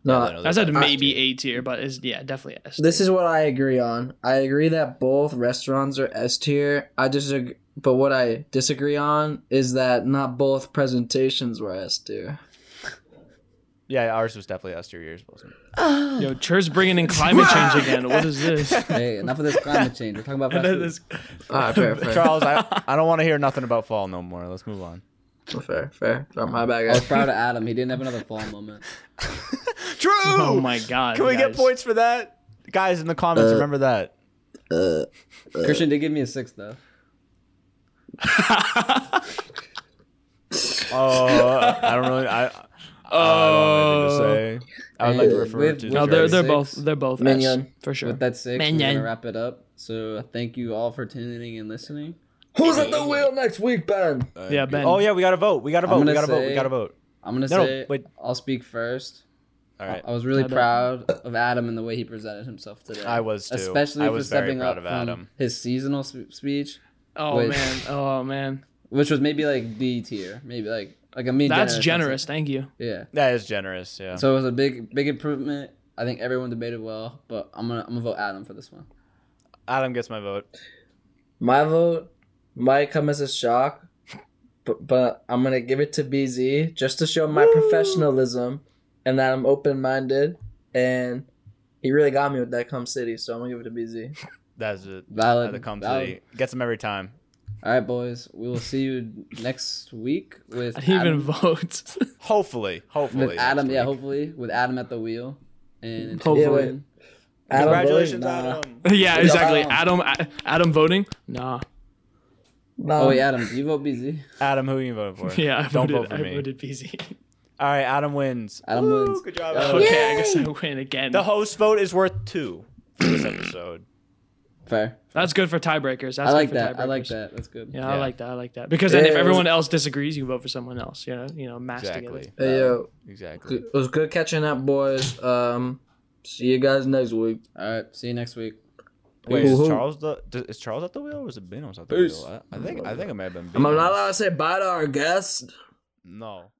[SPEAKER 3] No,
[SPEAKER 1] I don't know,
[SPEAKER 4] I
[SPEAKER 1] they're
[SPEAKER 4] said
[SPEAKER 1] both S
[SPEAKER 4] maybe
[SPEAKER 1] tier.
[SPEAKER 4] A tier, but is yeah, definitely S.
[SPEAKER 3] This is what I agree on. I agree that both restaurants are S tier. I disagree, but what I disagree on is that not both presentations were S tier.
[SPEAKER 1] Yeah, ours was definitely us. Your years wasn't.
[SPEAKER 4] Yo, Chur's bringing in climate change again. What is this?
[SPEAKER 2] Hey, enough of this climate change. We're talking about fast
[SPEAKER 4] And then
[SPEAKER 2] food.
[SPEAKER 4] this-
[SPEAKER 3] All right, fair, fair,
[SPEAKER 1] Charles, I, I don't want to hear nothing about fall no more. Let's move on.
[SPEAKER 3] fair, fair. Drop my bag.
[SPEAKER 2] I was proud of Adam. He didn't have another fall moment.
[SPEAKER 1] True.
[SPEAKER 4] oh my god!
[SPEAKER 1] Can we get
[SPEAKER 4] guys.
[SPEAKER 1] points for that, guys? In the comments,
[SPEAKER 2] Uh,
[SPEAKER 1] remember that.
[SPEAKER 2] Christian did give me a six though.
[SPEAKER 1] Oh, I don't really. I, I don't know what to say. I would like to refer
[SPEAKER 2] With-
[SPEAKER 1] to.
[SPEAKER 2] with-
[SPEAKER 4] No, they're they're
[SPEAKER 2] Six.
[SPEAKER 4] both they're both S,
[SPEAKER 3] Minion.
[SPEAKER 4] for sure.
[SPEAKER 2] With that six, we're
[SPEAKER 4] Minion.
[SPEAKER 2] gonna wrap it up. So thank you all for tuning and listening.
[SPEAKER 3] Who's at the wheel next week, Ben?
[SPEAKER 4] yeah, Ben.
[SPEAKER 1] Oh yeah, we gotta vote. We gotta vote. We
[SPEAKER 2] gonna
[SPEAKER 1] gotta vote. We
[SPEAKER 2] say-
[SPEAKER 1] gotta vote.
[SPEAKER 2] I'm gonna
[SPEAKER 1] No,
[SPEAKER 2] say
[SPEAKER 1] no, wait.
[SPEAKER 2] I'll speak first.
[SPEAKER 1] All right.
[SPEAKER 2] I was really
[SPEAKER 4] Adam.
[SPEAKER 2] proud of Adam and the way he presented himself today.
[SPEAKER 1] I was too.
[SPEAKER 2] especially
[SPEAKER 1] I
[SPEAKER 2] for
[SPEAKER 1] was very
[SPEAKER 2] stepping
[SPEAKER 1] proud
[SPEAKER 2] up
[SPEAKER 1] of
[SPEAKER 2] from
[SPEAKER 1] Adam.
[SPEAKER 2] his seasonal sp- speech,
[SPEAKER 4] Oh
[SPEAKER 2] Wait.
[SPEAKER 4] man. Oh man.
[SPEAKER 2] which was maybe like B tier, maybe like like a mean.
[SPEAKER 4] That's generous. Thank you.
[SPEAKER 2] Yeah.
[SPEAKER 1] That is generous. Yeah.
[SPEAKER 2] So it was a big big improvement. I think everyone debated well, but I'm gonna I'm gonna vote Adam for this one.
[SPEAKER 1] Adam gets my vote.
[SPEAKER 3] My vote might come as a shock, but, but I'm gonna give it to BZ just to show my professionalism and that I'm open minded. And he really got me with that cum city, so I'm gonna give it to BZ.
[SPEAKER 1] That's it.
[SPEAKER 2] Valid.
[SPEAKER 1] The comes
[SPEAKER 2] valid.
[SPEAKER 1] gets him every time.
[SPEAKER 2] All right, boys. We will see you next week with
[SPEAKER 4] I didn't even
[SPEAKER 2] Adam,
[SPEAKER 4] vote.
[SPEAKER 1] Hopefully, hopefully.
[SPEAKER 2] with
[SPEAKER 1] next
[SPEAKER 2] Adam. Yeah,
[SPEAKER 1] week.
[SPEAKER 2] hopefully with Adam at the wheel. And until
[SPEAKER 4] Hopefully. Um,
[SPEAKER 2] then,
[SPEAKER 3] Adam voted
[SPEAKER 1] Congratulations,
[SPEAKER 3] nah.
[SPEAKER 1] Adam.
[SPEAKER 4] yeah, exactly. Adam
[SPEAKER 2] Adam.
[SPEAKER 4] Adam voting? Nah.
[SPEAKER 3] Nah.
[SPEAKER 2] Oh wait, Adam, do you vote BZ?
[SPEAKER 1] Adam, who are you voting for?
[SPEAKER 4] Yeah, I
[SPEAKER 1] don't
[SPEAKER 4] voted.
[SPEAKER 1] vote for
[SPEAKER 4] I
[SPEAKER 1] me.
[SPEAKER 4] voted PZ.
[SPEAKER 1] All right, Adam wins.
[SPEAKER 2] Adam
[SPEAKER 1] Woo,
[SPEAKER 2] wins.
[SPEAKER 1] Good job, Adam.
[SPEAKER 4] okay, I guess I win again.
[SPEAKER 1] The host vote is worth two for this episode.
[SPEAKER 2] Fair.
[SPEAKER 4] That's good for tiebreakers. That's
[SPEAKER 2] I like
[SPEAKER 4] good for
[SPEAKER 2] that. I like
[SPEAKER 4] tiebreakers.
[SPEAKER 2] that. That's good.
[SPEAKER 4] Yeah, I
[SPEAKER 1] Yeah.
[SPEAKER 4] like that. I like that. Because then if
[SPEAKER 3] Yeah.
[SPEAKER 4] everyone else disagrees, you vote for someone else. You know, you know, mass
[SPEAKER 1] Exactly.
[SPEAKER 4] together.
[SPEAKER 3] Hey, yo,
[SPEAKER 1] Exactly.
[SPEAKER 3] it was good catching up, boys. Um, see you guys next week.
[SPEAKER 2] All right. See you next week.
[SPEAKER 1] Wait, is
[SPEAKER 3] Who- who-
[SPEAKER 1] Charles the does- is Charles at the wheel or is it Bino's at the
[SPEAKER 2] Peace.
[SPEAKER 1] wheel? I, I think I think it may have been.
[SPEAKER 3] I'm not
[SPEAKER 1] Bino's.
[SPEAKER 3] allowed to say bye to our guest.
[SPEAKER 1] No.